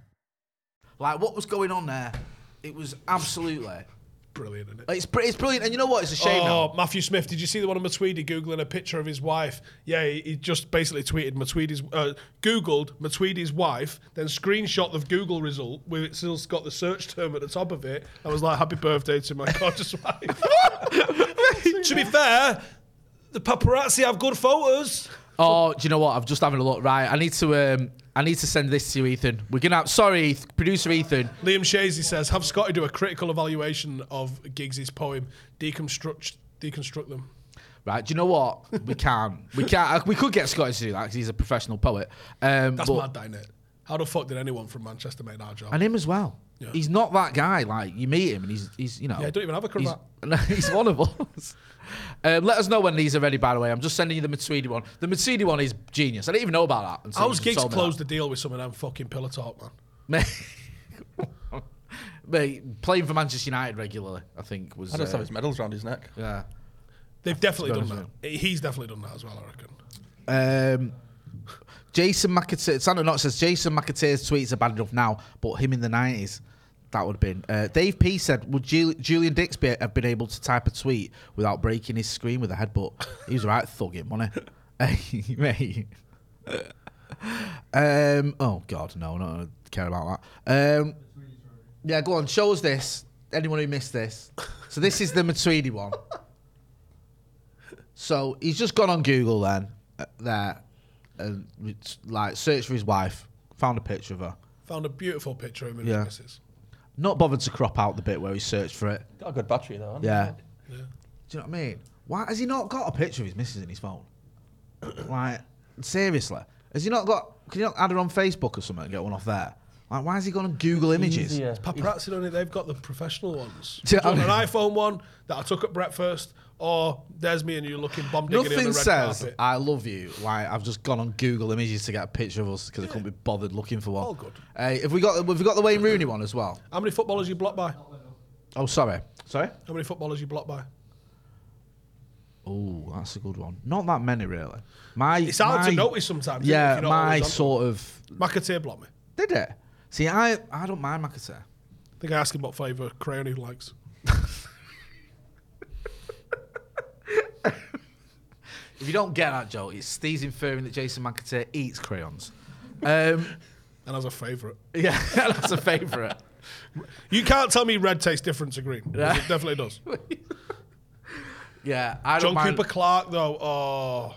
Speaker 1: Like what was going on there? It was absolutely
Speaker 2: brilliant. Isn't it?
Speaker 1: It's br- it's brilliant, and you know what? It's a shame. now.
Speaker 2: Oh, Matthew Smith, did you see the one of Matweedy googling a picture of his wife? Yeah, he, he just basically tweeted Matweedy's, uh, googled Matweedy's wife, then screenshot the Google result with it still got the search term at the top of it. I was like, "Happy birthday to my gorgeous wife." to be fair, the paparazzi have good photos.
Speaker 1: Oh, do you know what? I'm just having a look. Right, I need to um, I need to send this to you, Ethan. We're gonna. Have, sorry, Eth- producer Ethan.
Speaker 2: Liam Shazy says, "Have Scotty do a critical evaluation of Giggs's poem, deconstruct, deconstruct them."
Speaker 1: Right, do you know what? We can't. We can't. uh, We could get Scotty to do that because he's a professional poet. Um,
Speaker 2: That's
Speaker 1: but-
Speaker 2: mad, that, innit? How the fuck did anyone from Manchester make that job?
Speaker 1: and him as well. He's not that guy. Like you meet him, and he's he's you know.
Speaker 2: Yeah, he don't even have a
Speaker 1: he's-
Speaker 2: cravat.
Speaker 1: He's, one of us. Um, let us know when these are ready. By the way, I'm just sending you the Matsudi one. The Matsudi one is genius. I didn't even know about that. until
Speaker 2: How was
Speaker 1: you
Speaker 2: Giggs
Speaker 1: told me that.
Speaker 2: closed the deal with some of them fucking pillow talk, man?
Speaker 1: Mate, mate, playing for Manchester United regularly, I think was.
Speaker 3: I just
Speaker 1: uh,
Speaker 3: have his medals round his neck.
Speaker 1: yeah.
Speaker 2: They've definitely
Speaker 1: That's
Speaker 2: done that. He's definitely done that as well, I reckon.
Speaker 1: Um, Jason McAteer, Santa Knox says Jason McAteer's tweets are bad enough now, but him in the nineties, that would have been. Uh, Dave P said, "Would Jul- Julian Dix be, have been able to type a tweet without breaking his screen with a headbutt? He was right thugging, wasn't he, mate?" um, oh God, no, no, I don't care about that. Um, yeah, go on, show us this. Anyone who missed this, so this is the Matuidi one. So he's just gone on Google then, uh, there, and it's like searched for his wife, found a picture of her.
Speaker 2: Found a beautiful picture of him and
Speaker 1: Yeah.
Speaker 2: his missus.
Speaker 1: Not bothered to crop out the bit where he searched for it.
Speaker 3: Got a good battery though. hasn't he?
Speaker 1: Yeah. Do you know what I mean? Why has he not got a picture of his missus in his phone? like, seriously, has he not got? Can you not add her on Facebook or something and get one off there? Like, why has he gone on Google Images?
Speaker 3: Easier.
Speaker 2: Paparazzi, don't they? They've got the professional ones.
Speaker 1: Do you
Speaker 2: There's
Speaker 1: know what
Speaker 2: one,
Speaker 1: I
Speaker 2: an iPhone one that I took at breakfast, or there's me and you looking bomb diggity on
Speaker 1: Nothing
Speaker 2: the red
Speaker 1: says
Speaker 2: carpet.
Speaker 1: I love you like I've just gone on Google Images to get a picture of us because I couldn't be bothered looking for one.
Speaker 2: All good.
Speaker 1: Hey, have we got have we got the Wayne Rooney one as well?
Speaker 2: How many footballers you blocked by?
Speaker 1: Oh, sorry. Sorry.
Speaker 2: How many footballers you blocked by?
Speaker 1: Oh, that's a good one. Not that many, really. My
Speaker 2: It's hard
Speaker 1: my,
Speaker 2: to notice sometimes, isn't it, if
Speaker 1: Yeah,
Speaker 2: you're not
Speaker 1: my
Speaker 2: always on
Speaker 1: sort of
Speaker 2: McAteer blocked me.
Speaker 1: did it. See, I I don't mind Macata.
Speaker 2: I think I asked him what flavour crayon he likes.
Speaker 1: If you don't get that joke, it's Steve's inferring that Jason Macata eats crayons. Um,
Speaker 2: And as a favourite.
Speaker 1: yeah, that's a favourite.
Speaker 2: You can't tell me red tastes different to green. 'cause It definitely does.
Speaker 1: Yeah, I don't
Speaker 2: John
Speaker 1: mind.
Speaker 2: Cooper Clark, though. Oh.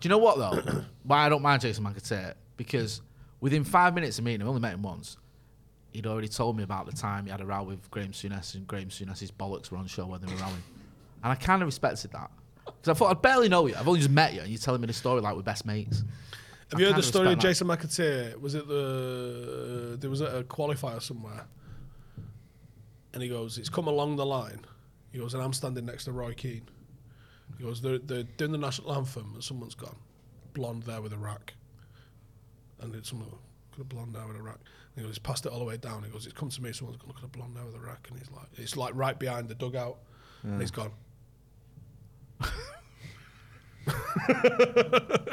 Speaker 1: Do you know what though? Why I don't mind Jason Macata because within five minutes of meeting him, I only met him once. He'd already told me about the time he had a row with Graham Souness and Graham Souness's bollocks were on show when they were rowing, and I kind of respected that because I thought I barely know you. I've only just met you, and you're telling me the story like we're best mates.
Speaker 2: Have you heard the
Speaker 1: kinda
Speaker 2: story of
Speaker 1: respect
Speaker 2: Jason McAteer? Was it the there was a qualifier somewhere, and he goes, "It's come along the line." He goes, "And I'm standing next to Roy Keane." He goes, "They're, they're doing the national anthem, and someone's gone blonde there with a rack, and it's someone got a blonde there with a rack." And he goes, "He's passed it all the way down." He goes, "It's come to me. Someone's gone look at a blonde there with a rack," and he's like, "It's like right behind the dugout," and he's gone.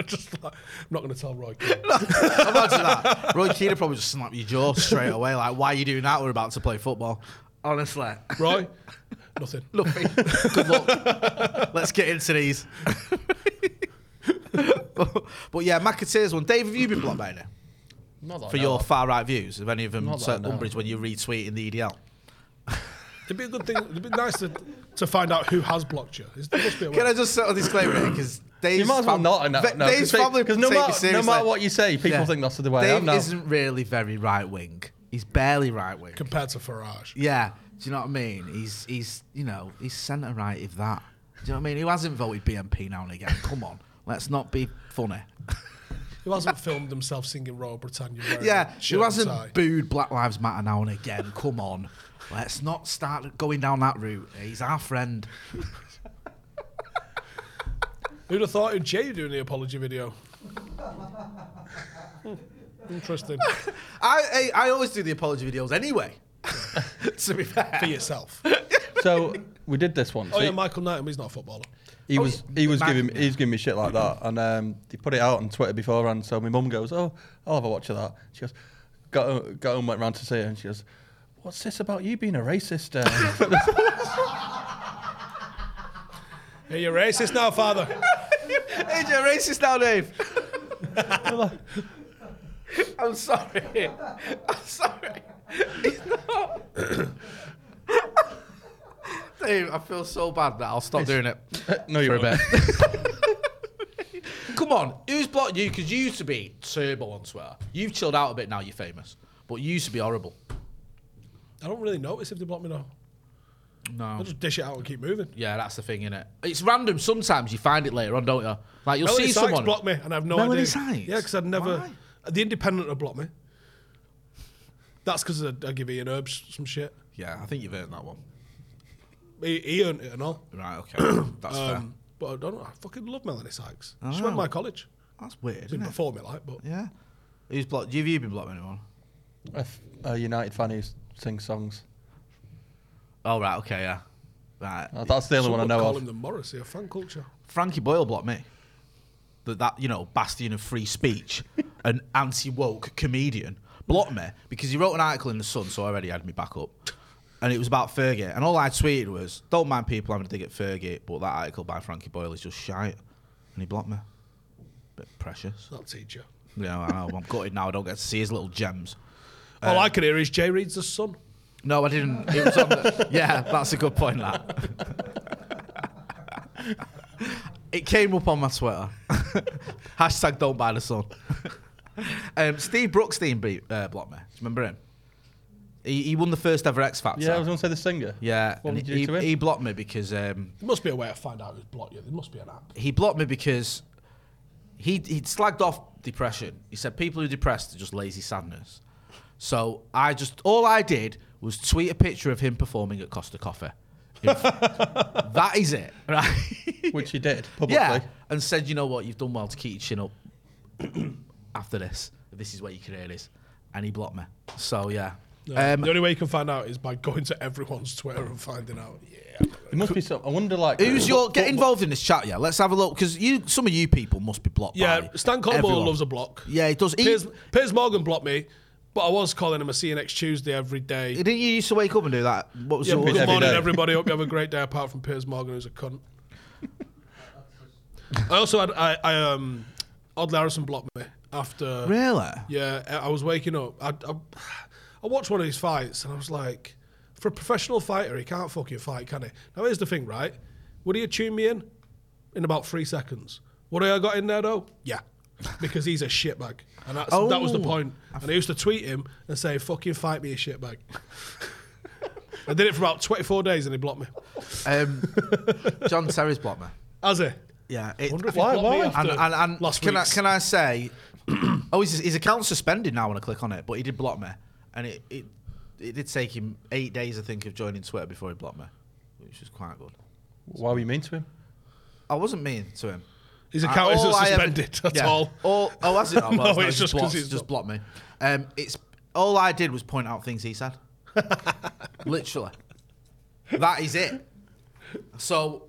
Speaker 2: Just like, I'm not going to tell Roy. Keane.
Speaker 1: Imagine that. Roy Keane would probably just snap your jaw straight away. Like, why are you doing that? We're about to play football. Honestly,
Speaker 2: Roy, nothing.
Speaker 1: nothing. Good luck. Let's get into these. but, but yeah, McAteer's one. Dave, have you been blocked by any?
Speaker 3: Not that
Speaker 1: For
Speaker 3: I know
Speaker 1: your
Speaker 3: of.
Speaker 1: far right views? Have any of them
Speaker 3: Oh, Not that I
Speaker 1: said
Speaker 3: know of.
Speaker 1: umbrage when you're retweeting the EDL?
Speaker 2: It'd be a good thing. It'd be nice to, to find out who has blocked you. Is- There must be a way.
Speaker 1: Can I just set a disclaimer here? Because Dave's,
Speaker 3: You might as well
Speaker 1: fam-
Speaker 3: not. in
Speaker 1: Ve-
Speaker 3: that- No,
Speaker 1: Dave's family
Speaker 3: because no
Speaker 1: take me
Speaker 3: matter, no
Speaker 1: seriously.
Speaker 3: matter what you say, people
Speaker 1: Yeah.
Speaker 3: think that's the way I
Speaker 1: Dave
Speaker 3: am now.
Speaker 1: isn't really very right wing. He's barely right wing.
Speaker 2: compared to Farage?
Speaker 1: Yeah. Do you know what I mean? He's he's you know he's centre right if that. Do you know what I mean? Who hasn't voted BNP now and again? Come on, let's not be funny.
Speaker 2: Who hasn't filmed themselves singing Royal Britannia? wearing
Speaker 1: yeah,
Speaker 2: a
Speaker 1: who
Speaker 2: shirt and
Speaker 1: hasn't
Speaker 2: tie?
Speaker 1: booed Black Lives Matter now and again? Come on, let's not start going down that route. He's our friend.
Speaker 2: Who'd have thought of Jay doing the apology video? Interesting
Speaker 1: I I, I always do the apology videos anyway. to be fair,
Speaker 2: for yourself.
Speaker 3: So we did this once.
Speaker 2: Oh yeah,
Speaker 3: He-
Speaker 2: Michael Knight, he's not a footballer.
Speaker 3: He
Speaker 1: Oh,
Speaker 3: was he was
Speaker 2: Back-
Speaker 3: giving he was giving me shit like that, and um, he put it out on Twitter beforehand. So my mum goes, "Oh, I'll have a watch of that." She goes, "Got home, got home, went round to see her, and she goes, what's this about you being a racist?" Uh?
Speaker 2: Are you racist now, father?
Speaker 1: Hey, you're racist now, Dave. I'm sorry. I'm sorry. It's not. Dave, I feel so bad that I'll stop doing it.
Speaker 3: no, you're a bit.
Speaker 1: Come on, who's blocked you? Because you used to be turbo on Twitter. You've chilled out a bit now. You're famous, but you used to be horrible.
Speaker 2: I don't really notice if they block me now.
Speaker 1: No.
Speaker 2: I'll just dish it out and keep moving.
Speaker 1: Yeah, that's the thing, innit? It's random. Sometimes you find it later on, don't you? Like you'll
Speaker 2: Melanie
Speaker 1: see
Speaker 2: Sykes
Speaker 1: someone.
Speaker 2: blocked me, and I've no
Speaker 1: Melanie
Speaker 2: idea.
Speaker 1: Sykes?
Speaker 2: Yeah, because I'd never.
Speaker 1: Why?
Speaker 2: The Independent had blocked me. That's because I, I give Ian Herbs some shit.
Speaker 1: Yeah, I think you've earned that one.
Speaker 2: He, he earned it and all.
Speaker 1: Right. Okay. that's fair.
Speaker 2: Um, but I don't know. I fucking love Melanie Sykes. She went to my college.
Speaker 1: That's weird.
Speaker 2: Been
Speaker 1: isn't it?
Speaker 2: before me, like, but
Speaker 1: Yeah. Who's blocked? Have you been blocked by anyone?
Speaker 3: a, f- a United fan who sings songs.
Speaker 1: Oh right, okay, yeah. Right.
Speaker 3: Uh, That's the only one I
Speaker 2: someone
Speaker 3: know
Speaker 2: call
Speaker 3: of.
Speaker 2: him the Morrissey of fan culture.
Speaker 1: Frankie Boyle blocked me. That that, you know, bastion of free speech, an anti woke comedian, blocked me because he wrote an article in The Sun, so I already had me back up. And it was about Fergie. And all I tweeted was, Don't mind people having a dig at Fergie, but that article by Frankie Boyle is just shite. And he blocked me. Bit precious.
Speaker 2: That teacher.
Speaker 1: Yeah, I know. I'm gutted now. I don't get to see his little gems. Uh,
Speaker 2: All I can hear is Jay reads the Sun.
Speaker 1: No, I didn't. It was on the, yeah, that's a good point, that. it came up on my Twitter. Hashtag don't buy the sun. um, Steve Brookstein beat, uh, blocked me. Do you remember him? He, he won the first ever X Factor.
Speaker 3: Yeah, I was going to say the singer.
Speaker 1: Yeah,
Speaker 3: What
Speaker 1: and
Speaker 3: did you
Speaker 1: he,
Speaker 3: do to him?
Speaker 1: he blocked me because um,
Speaker 2: There must be a way to find out who's blocked you. There must be an app.
Speaker 1: he blocked me because he he'd slagged off depression. He said people who are depressed are just lazy sadness. So I just all I did was tweet a picture of him performing at Costa Coffee. If- that is it, right?
Speaker 3: Which he did publicly.
Speaker 1: yeah, and said, you know what, you've done well to keep your chin up after this. This is where your career is, and he blocked me. So yeah, um,
Speaker 2: the only way you can find out is by going to everyone's Twitter and finding out. Yeah.
Speaker 1: E-
Speaker 3: It must be some. I wonder, like,
Speaker 1: who's your
Speaker 3: fo-
Speaker 1: get
Speaker 3: fo-
Speaker 1: involved in this chat? Yeah, let's have a look because you some of you people must be blocked.
Speaker 2: Yeah,
Speaker 1: by
Speaker 2: Stan Collarbone
Speaker 1: everyone.
Speaker 2: loves a block.
Speaker 1: Yeah, he does. He-
Speaker 2: Piers, Piers Morgan blocked me, but I was calling him a see you next Tuesday every day.
Speaker 1: Didn't you used to wake up and do that? What was
Speaker 2: Yeah,
Speaker 1: your
Speaker 2: good
Speaker 3: every
Speaker 2: morning,
Speaker 3: day.
Speaker 2: everybody. Hope you have a great day. Apart from Piers Morgan, who's a cunt. I also had I, I um, Odd Larrison blocked me after.
Speaker 1: Really?
Speaker 2: Yeah, I- I was waking up. I, I, I watched one of his fights and I was like, for a professional fighter, he can't fucking fight, can he? Now here's the thing, right? Would he have tuned me in in about three seconds? Would I have got in there though? Yeah. Because he's a shitbag. And that's, that was the
Speaker 1: Oh.
Speaker 2: point. And I used to tweet him and say, fucking fight me a shitbag. I did it for about 24 days and he blocked me.
Speaker 1: Um, John Terry's blocked me.
Speaker 2: Has he?
Speaker 1: Yeah. It,
Speaker 2: Wonder if he Why- blocked me why? after
Speaker 1: And, and, and
Speaker 2: last
Speaker 1: can, I,
Speaker 2: week's.
Speaker 1: can I say, oh, his, his account's suspended now when I click on it, but he did block me. And it, it, it did take him eight days, I think, of joining Twitter before he blocked me, which was quite good.
Speaker 3: Why were you mean to him?
Speaker 1: I wasn't mean to him.
Speaker 2: His
Speaker 1: Uh,
Speaker 2: account isn't
Speaker 1: all I ever-
Speaker 2: suspended at
Speaker 1: yeah.
Speaker 2: all.
Speaker 1: Oh, has it? not? Well,
Speaker 2: No,
Speaker 1: it's
Speaker 2: it's just 'cause
Speaker 1: blocked,
Speaker 2: he's
Speaker 1: just blocked me. Um, it's all I did was point out things he said. Literally, that is it. So,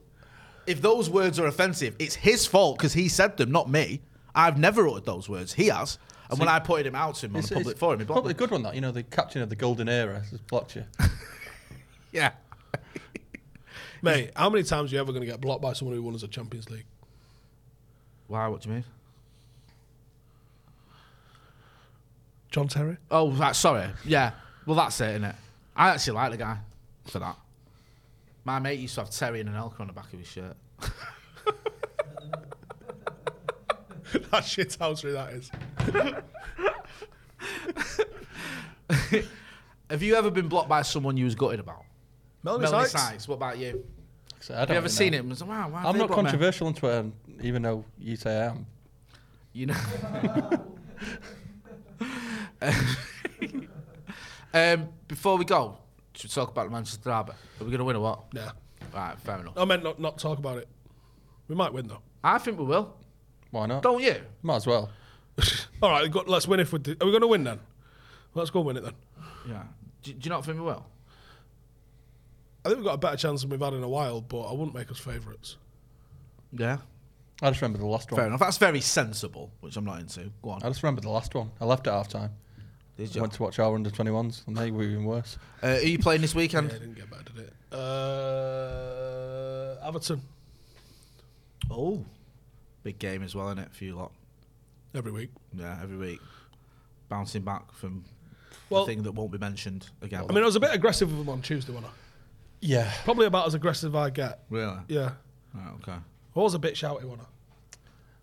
Speaker 1: if those words are offensive, it's his fault because he said them, not me. I've never uttered those words. He has. And when I pointed him out to him on a
Speaker 3: It's-
Speaker 1: public
Speaker 3: it's
Speaker 1: forum, he blocked
Speaker 3: Probably
Speaker 1: me.
Speaker 3: a good one, that. You know, the captain of the golden era has blocked you.
Speaker 1: Yeah.
Speaker 2: Mate, how many times are you ever going to get blocked by someone who won us a Champions League?
Speaker 1: Why? What do you mean?
Speaker 2: John Terry?
Speaker 1: Oh, right, sorry. Yeah. Well, that's it, innit? I actually like the guy for that. My mate used to have Terry and an Elka on the back of his shirt.
Speaker 2: that shit house that is.
Speaker 1: Have you ever been blocked by someone you was gutted about?
Speaker 2: Melanie,
Speaker 1: Melanie
Speaker 2: Sykes.
Speaker 1: Sykes, what about you?
Speaker 3: So I
Speaker 1: Have
Speaker 3: don't
Speaker 1: you ever
Speaker 3: really
Speaker 1: seen
Speaker 3: know.
Speaker 1: it? and was like, wow, why have
Speaker 3: I'm
Speaker 1: they
Speaker 3: not
Speaker 1: blocked me?
Speaker 3: controversial on Twitter, even though you say I am.
Speaker 1: You know. um, before we go, should we talk about the Manchester Derby? Are we going to win or what?
Speaker 2: Nah.
Speaker 1: Right, fair enough.
Speaker 2: I meant not, not talk about it. We might win though.
Speaker 1: I think we will.
Speaker 3: Why not?
Speaker 1: Don't you?
Speaker 3: Might as well.
Speaker 2: All right, we've got, let's win if we do. Are we going to win then? Let's go win it then.
Speaker 1: Yeah. Do, do you not think we will?
Speaker 2: I think we've got a better chance than we've had in a while, but I wouldn't make us favourites.
Speaker 1: Yeah.
Speaker 3: I just remember the last one.
Speaker 1: Fair enough. That's very sensible, which I'm not into. Go on.
Speaker 3: I just remember the last one. I left at half time.
Speaker 1: Did
Speaker 3: Went to watch our under 21s, and they were even worse.
Speaker 1: Uh, are you playing this weekend?
Speaker 2: Yeah, I didn't get better, did it? Uh, Everton
Speaker 1: Oh, big game as well, isn't it, for you lot?
Speaker 2: every week.
Speaker 1: Yeah, every week. Bouncing back from
Speaker 2: Well-
Speaker 1: the thing that won't be mentioned again.
Speaker 2: I mean, I was a bit aggressive with them on Tuesday, wasn't I?
Speaker 3: Yeah.
Speaker 2: Probably about as aggressive as I get.
Speaker 1: really?
Speaker 2: Yeah.
Speaker 1: Right, okay.
Speaker 2: I was a bit shouty, wasn't I?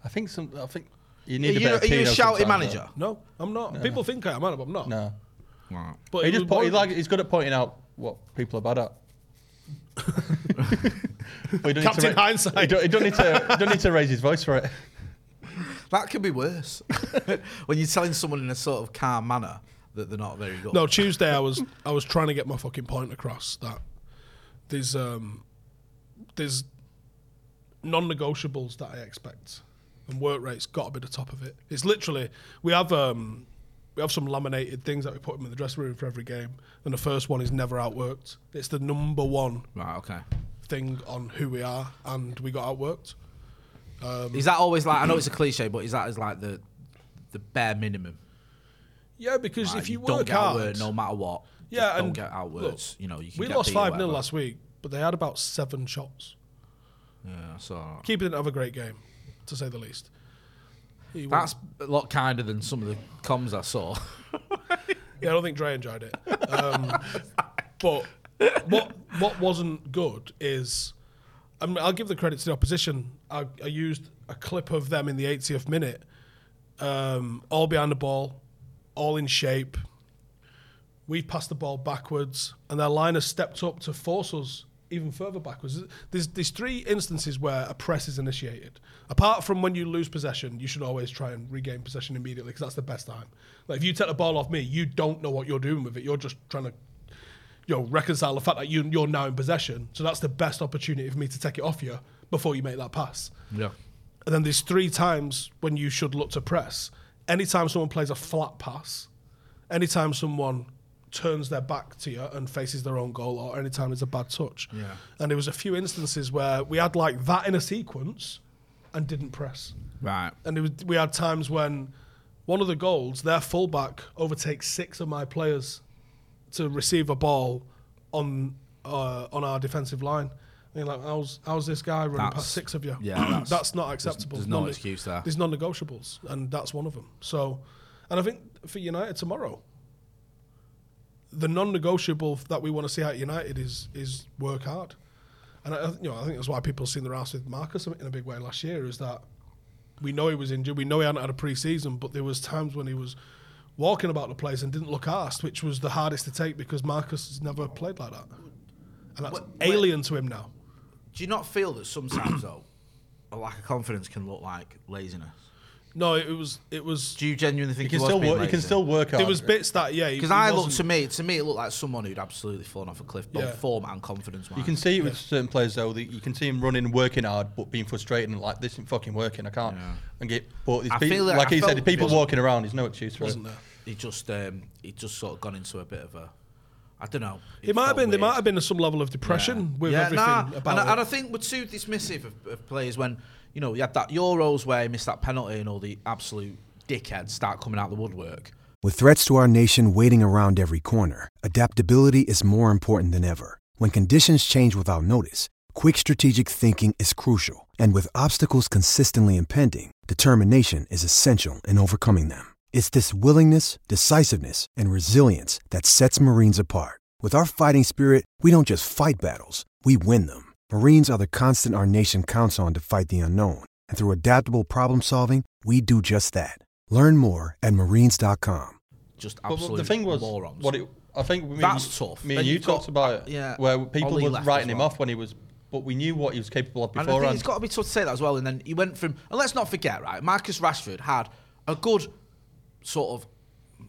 Speaker 3: I think some. I think you
Speaker 1: Are
Speaker 3: need a
Speaker 1: you,
Speaker 3: bit of
Speaker 1: are you a
Speaker 3: Tino
Speaker 1: shouty
Speaker 3: sometimes,
Speaker 1: manager?
Speaker 2: No, I'm not. People think I am, but I'm not.
Speaker 3: though. No.
Speaker 1: Right.
Speaker 2: But
Speaker 3: he
Speaker 2: it
Speaker 3: just
Speaker 2: was
Speaker 3: po- he
Speaker 2: one-
Speaker 3: like, he's good at pointing out what people are bad at. But he don't need to
Speaker 2: Captain
Speaker 3: ra-
Speaker 2: Hindsight.
Speaker 3: He don't, he don't need to. he don't need to raise his voice for it.
Speaker 1: That could be worse. when you're telling someone in a sort of calm manner that they're not very good.
Speaker 2: No, Tuesday I was I was trying to get my fucking point across that there's um there's non-negotiables that I expect, and work rate's got to be the top of it. It's literally we have um we have some laminated things that we put in the dressing room for every game, and the first one is never outworked. It's the number one
Speaker 1: Right, okay.
Speaker 2: thing on who we are, and we got outworked.
Speaker 1: Is that always like, I know it's a cliche, but is that as like the the bare minimum?
Speaker 2: Yeah, because
Speaker 1: Like,
Speaker 2: if you,
Speaker 1: don't
Speaker 2: work
Speaker 1: get
Speaker 2: hard,
Speaker 1: outworked no matter what.
Speaker 2: yeah,
Speaker 1: don't
Speaker 2: and
Speaker 1: get outworked.
Speaker 2: look,
Speaker 1: you know, you can
Speaker 2: we
Speaker 1: get
Speaker 2: lost
Speaker 1: beat or
Speaker 2: five 0
Speaker 1: whatever.
Speaker 2: last week, but they had about seven shots.
Speaker 1: Yeah, so
Speaker 2: Keeper didn't have a great game, to say the least. He was-
Speaker 1: that's a lot kinder than some of the comms I saw.
Speaker 2: yeah, I don't think Dre enjoyed it. Um, but what what wasn't good is, I mean, I'll give the credit to the opposition. I, I used a clip of them in the 80th minute, um, all behind the ball, all in shape. We passed the ball backwards, and their line has stepped up to force us even further backwards. There's, there's three instances where a press is initiated. Apart from when you lose possession, you should always try and regain possession immediately because that's the best time. Like if you take the ball off me, you don't know what you're doing with it. You're just trying to, you know, reconcile the fact that you, you're now in possession. So that's the best opportunity for me to take it off you before you make that pass.
Speaker 1: yeah.
Speaker 2: And then there's three times when you should look to press. Anytime someone plays a flat pass, anytime someone turns their back to you and faces their own goal, or anytime there's a bad touch.
Speaker 1: Yeah.
Speaker 2: And there was a few instances where we had like that in a sequence and didn't press.
Speaker 1: Right.
Speaker 2: And it was, we had times when one of the goals, their fullback overtakes six of my players to receive a ball on uh, on our defensive line. And you're like, how's how's this guy running
Speaker 1: That's-
Speaker 2: past six of you?
Speaker 1: yeah, that's-
Speaker 2: not acceptable.
Speaker 1: there's no
Speaker 2: None-
Speaker 1: excuse there.
Speaker 2: There's non-negotiables, and that's one of them. So, and I think for United tomorrow, the non-negotiable that we want to see out of United is is work hard, and I, I th- you know I think that's why people seen their ass with Marcus in a big way last year is that we know he was injured, we know he hadn't had a pre-season, but there was times when he was walking about the place and didn't look arsed, which was the hardest to take because Marcus has never played like that, and that's
Speaker 1: Wh- wh-
Speaker 2: alien to him now.
Speaker 1: Do you not feel that sometimes though, a lack of confidence can look like laziness?
Speaker 2: No, it was it was
Speaker 1: Do you genuinely think
Speaker 3: You can
Speaker 1: he was
Speaker 3: still
Speaker 1: being
Speaker 3: work. You can
Speaker 1: lazy?
Speaker 3: still work hard.
Speaker 2: there was bits that yeah he-
Speaker 1: Because
Speaker 2: he
Speaker 1: I
Speaker 2: wasn't-
Speaker 1: looked to me, to me, it looked like someone who'd absolutely fallen off a cliff, both
Speaker 2: Yeah.
Speaker 1: form and confidence.
Speaker 3: You can see it with certain players though. That you can see him running, working hard, but being frustrated and like this isn't fucking working. I can't. And get. But these
Speaker 1: I
Speaker 3: people,
Speaker 1: feel like-
Speaker 3: like
Speaker 1: I
Speaker 3: he
Speaker 1: felt
Speaker 3: said, the
Speaker 1: it
Speaker 3: people
Speaker 1: wasn't-
Speaker 3: walking around. There's no excuse for it.
Speaker 1: he just, um, he just sort of gone into a bit of a, I don't know.
Speaker 2: It might have
Speaker 1: felt
Speaker 2: been. There
Speaker 1: weird.
Speaker 2: might have been some level of depression with everything
Speaker 1: nah,
Speaker 2: about
Speaker 1: and, I-
Speaker 2: it.
Speaker 1: and I think we're too dismissive of, of players when you know you had that Euros where he missed that penalty and all the absolute dickheads start coming out the woodwork.
Speaker 8: With threats to our nation waiting around every corner, adaptability is more important than ever. When conditions change without notice, quick strategic thinking is crucial, and with obstacles consistently impending, determination is essential in overcoming them. It's this willingness, decisiveness, and resilience that sets Marines apart. With our fighting spirit, we don't just fight battles, we win them. Marines are the constant our nation counts on to fight the unknown, and through adaptable problem solving, we do just that. Learn more at marines.com.
Speaker 1: Just
Speaker 3: But
Speaker 1: absolute
Speaker 3: the thing was,
Speaker 1: morons.
Speaker 3: what it, I think me, and-
Speaker 1: That's tough.
Speaker 3: Me
Speaker 1: Then
Speaker 3: and you
Speaker 1: you've got- uh,
Speaker 3: talked about it.
Speaker 1: yeah,
Speaker 3: Where people
Speaker 1: Ollie
Speaker 3: were
Speaker 1: left
Speaker 3: writing
Speaker 1: as
Speaker 3: him
Speaker 1: well.
Speaker 3: off when he was, but we knew what he was capable of
Speaker 1: and I think
Speaker 3: beforehand.
Speaker 1: it's got to be tough to say that as well. And then you went from, and let's not forget, right? Marcus Rashford had a good sort of,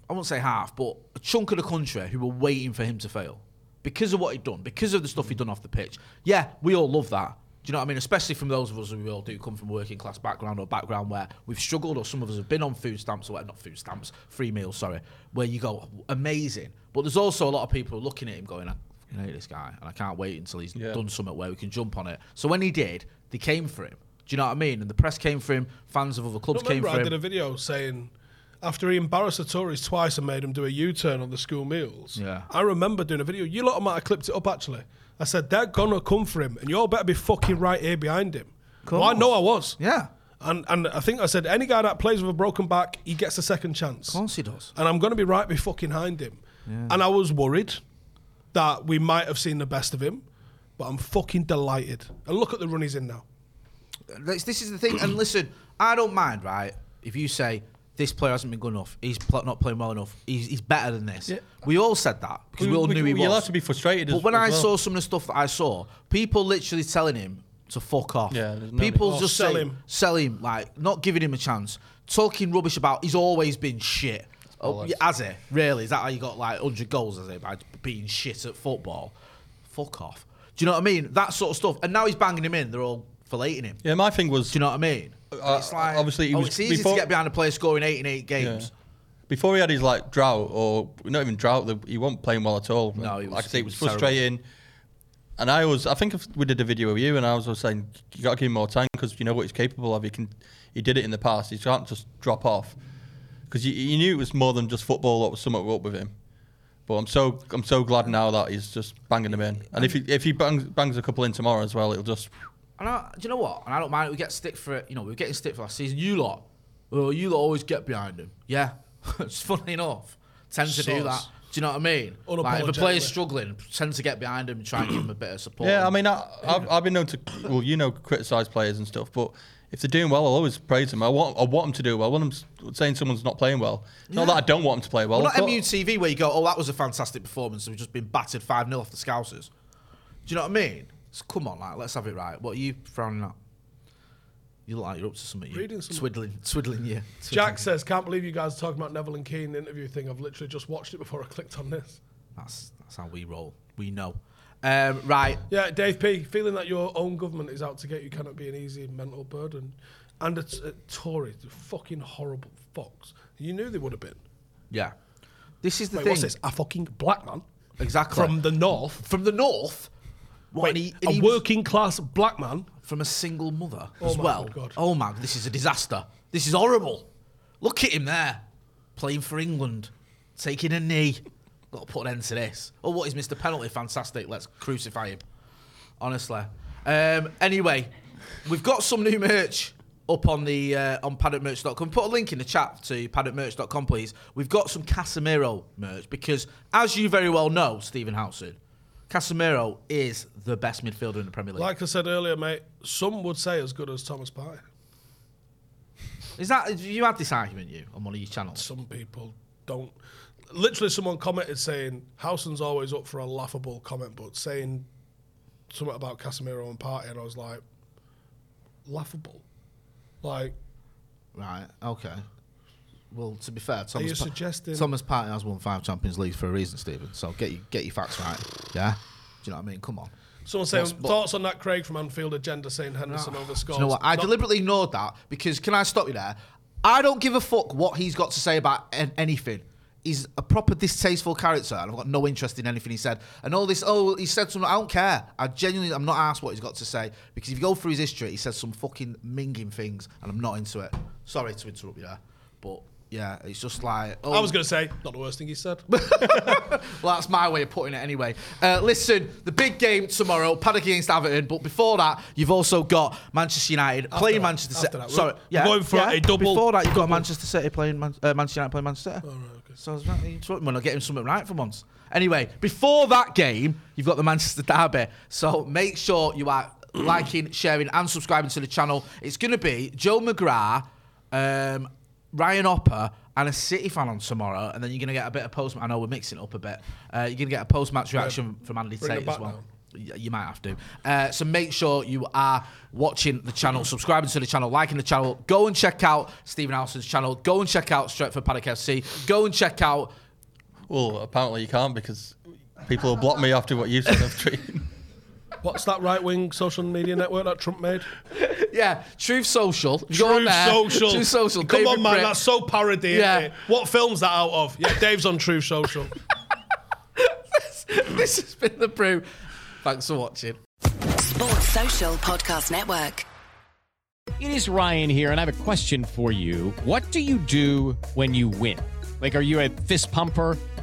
Speaker 1: I won't say half, but a chunk of the country who were waiting for him to fail because of what he'd done, because of the stuff he'd done off the pitch. Yeah, we all love that. Do you know what I mean? Especially from those of us who we all do come from working class background or background where we've struggled, or some of us have been on food stamps or what- not food stamps, free meals, sorry, where you go amazing. But there's also a lot of people looking at him going, fucking hate this guy, and I can't wait until he's
Speaker 3: Yeah.
Speaker 1: done something where we can jump on it. So when he did, they came for him. Do you know what I mean? And the press came for him, fans of other clubs came
Speaker 2: remember
Speaker 1: for
Speaker 2: I did
Speaker 1: him.
Speaker 2: a video saying after he embarrassed the Tories twice and made him do a U-turn on the school meals.
Speaker 1: Yeah.
Speaker 2: I remember doing a video. You lot might have clipped it up actually. I said they're gonna come for him, and you all better be fucking right here behind him. Well, I know I was.
Speaker 1: Yeah.
Speaker 2: And and I think I said any guy that plays with a broken back, he gets a second chance. Of
Speaker 1: course he does.
Speaker 2: And I'm gonna be right be fucking behind him.
Speaker 1: Yeah.
Speaker 2: And I was worried that we might have seen the best of him, but I'm fucking delighted. And look at the run he's in now.
Speaker 1: This, this is the thing. and listen, I don't mind, right? If you say this player hasn't been good enough, he's pl- not playing well enough, he's, he's better than this. We all said that because we,
Speaker 3: We-
Speaker 1: all
Speaker 3: we-
Speaker 1: knew he
Speaker 3: we
Speaker 1: was.
Speaker 3: allowed to be frustrated
Speaker 1: But
Speaker 3: as-
Speaker 1: when
Speaker 3: as
Speaker 1: I
Speaker 3: well.
Speaker 1: saw some of the stuff that I saw, people literally telling him to fuck off.
Speaker 3: Yeah, there's no-
Speaker 1: people
Speaker 3: Or
Speaker 1: just
Speaker 3: sell
Speaker 1: saying-
Speaker 3: him.
Speaker 1: sell him, like not giving him a chance, talking rubbish about he's always been shit. Oh, yeah, has he? Really? Is that how you got like 100 goals, as it, by being shit at football? Fuck off. Do you know what I mean? That sort of stuff. And now he's banging him in, they're all filleting him.
Speaker 3: Yeah, my thing was. Do
Speaker 1: you know what I mean? it's like,
Speaker 3: Uh, obviously, he
Speaker 1: oh,
Speaker 3: was
Speaker 1: it's easy
Speaker 3: before,
Speaker 1: to get behind a player scoring eight in eight games.
Speaker 3: before he had his like drought, or not even drought, the- he wasn't playing well at all.
Speaker 1: No, he was-
Speaker 3: like I say, it was
Speaker 1: he was terrible.
Speaker 3: frustrating. And I was, I think if we did a video of you, and I was always saying you got to give him more time because you know what he's capable of. He can, he did it in the past. He can't just drop off because you, you knew it was more than just football that was somewhat up with him. But I'm so I'm so glad now that he's just banging them in. And if he if he bangs, bangs a couple in tomorrow as well, it'll just
Speaker 1: And I, do you know what? And I don't mind. it, We get stick for it. You know, we were getting stick for last season. You lot, well, you lot always get behind him. Yeah, it's funny enough. Tend to do
Speaker 3: Soz.
Speaker 1: that. Do you know what I mean? Like if a
Speaker 3: Unapologetically.
Speaker 1: player's struggling, tend to get behind him and try and give him a bit of support.
Speaker 3: Yeah, I mean, I, I've, I've been known to, well, you know, criticise players and stuff, but if they're doing well, I'll always praise them. I want, I want them to do well. When I'm s- saying someone's not playing well, it's not
Speaker 1: Yeah.
Speaker 3: that I don't want them to play well.
Speaker 1: well, not
Speaker 3: but-
Speaker 1: MUTV where you go, oh, that was a fantastic performance. and We've just been battered five 0 off the Scousers. Do you know what I mean? It's, come on, like let's have it right. What are you frowning at? You look like you're up to something. You
Speaker 2: Reading something.
Speaker 1: twiddling, twiddling you.
Speaker 2: Jack says, "Can't believe you guys are talking about Neville and Keane interview thing. I've literally just watched it before I clicked on this."
Speaker 1: That's that's how we roll. We know. Um, right.
Speaker 2: Yeah, Dave P. Feeling that your own government is out to get you cannot be an easy mental burden, and a, t- a Tory, the fucking horrible fox. You knew they would have been.
Speaker 1: Yeah. This is the
Speaker 2: Wait,
Speaker 1: thing.
Speaker 2: what's this? A fucking black man.
Speaker 1: Exactly.
Speaker 2: From the north.
Speaker 1: From the north. What,
Speaker 2: Wait,
Speaker 1: and he-
Speaker 2: a
Speaker 1: and he was-
Speaker 2: working class black man
Speaker 1: from a single mother
Speaker 2: Oh
Speaker 1: as
Speaker 2: my
Speaker 1: well.
Speaker 2: good God.
Speaker 1: Oh man, this is a disaster. This is horrible. Look at him there, playing for England, taking a knee. Got to put an end to this. Oh, what is Mr. Penalty? Fantastic. Let's crucify him. Honestly. Um, anyway, we've got some new merch up on the uh, on paddockmerch.com. Put a link in the chat to paddockmerch.com, please. We've got some Casemiro merch because, as you very well know, Stephen Housen, Casemiro is the best midfielder in the Premier League.
Speaker 2: Like I said earlier, mate, some would say as good as Thomas Party.
Speaker 1: Is that you had this argument you on one of your channels?
Speaker 2: Some people don't. Literally, someone commented saying Howson's always up for a laughable comment, but saying something about Casemiro and Party, and I was like, laughable. Like,
Speaker 1: Right. Okay. Well, to be fair, Thomas,
Speaker 2: you
Speaker 1: Pa-
Speaker 2: suggesting-
Speaker 1: Thomas Partey has won five Champions Leagues for a reason, Stephen. So get you get your facts right. Yeah. Do you know what I mean? Come on.
Speaker 2: someone saying
Speaker 1: What's- what-
Speaker 2: thoughts on that Craig from Anfield agenda saying Henderson
Speaker 1: Ah,
Speaker 2: over
Speaker 1: do
Speaker 2: scores.
Speaker 1: you know what? I
Speaker 2: Not-
Speaker 1: deliberately ignored that because can I stop you there? I don't give a fuck what he's got to say about an- anything. He's a proper distasteful character, and I've got no interest in anything he said. And all this, oh, he said something. I don't care. I genuinely, I'm not asked what he's got to say because if you go through his history, he says some fucking minging things, and I'm not into it. Sorry to interrupt you there, but yeah, it's just like oh,
Speaker 2: I was going to say, not the worst thing he said.
Speaker 1: well, that's my way of putting it anyway. Uh, listen, the big game tomorrow, Paddock against Everton. But before that, you've also got Manchester United playing Manchester
Speaker 2: after
Speaker 1: City.
Speaker 2: that, we're-
Speaker 1: Sorry,
Speaker 2: we're
Speaker 1: yeah,
Speaker 2: going for
Speaker 1: yeah.
Speaker 2: a double-
Speaker 1: Before that, you've got Manchester City playing Man- uh, Manchester United playing Manchester. City.
Speaker 2: okay.
Speaker 1: So I was right, you talking- well, I'm getting something right for once. Anyway, before that game, you've got the Manchester derby. So make sure you are liking, sharing, and subscribing to the channel. It's going to be Joe McGrath, um, Ryan Hopper, and a City fan on tomorrow. And then you're going to get a bit of post. I know we're mixing it up a bit. Uh, you're going to get a post-match reaction from Andy
Speaker 2: bring it
Speaker 1: Tate as
Speaker 2: back
Speaker 1: well.
Speaker 2: now.
Speaker 1: Y- You might have to. Uh, so make sure you are watching the channel, subscribing to the channel, liking the channel. Go and check out Stephen Allison's channel. Go and check out Stretford Paddock FC. Go and check out.
Speaker 3: Well, apparently you can't because people will block me after what you said of tweeting.
Speaker 2: What's that right wing social media network that Trump made?
Speaker 1: Yeah, Truth Social. You go on
Speaker 2: Truth
Speaker 1: there.
Speaker 2: Social.
Speaker 1: Truth Social.
Speaker 2: Come
Speaker 1: David
Speaker 2: on, man.
Speaker 1: Britt.
Speaker 2: That's so parody. isn't
Speaker 1: Yeah.
Speaker 2: it? What film's that out of? Yeah, Dave's on Truth Social.
Speaker 1: this has been the brew. Thanks for watching.
Speaker 9: Sports Social Podcast Network.
Speaker 3: It is Ryan here, and I have a question for you. What do you do when you win? Like, are you a fist pumper?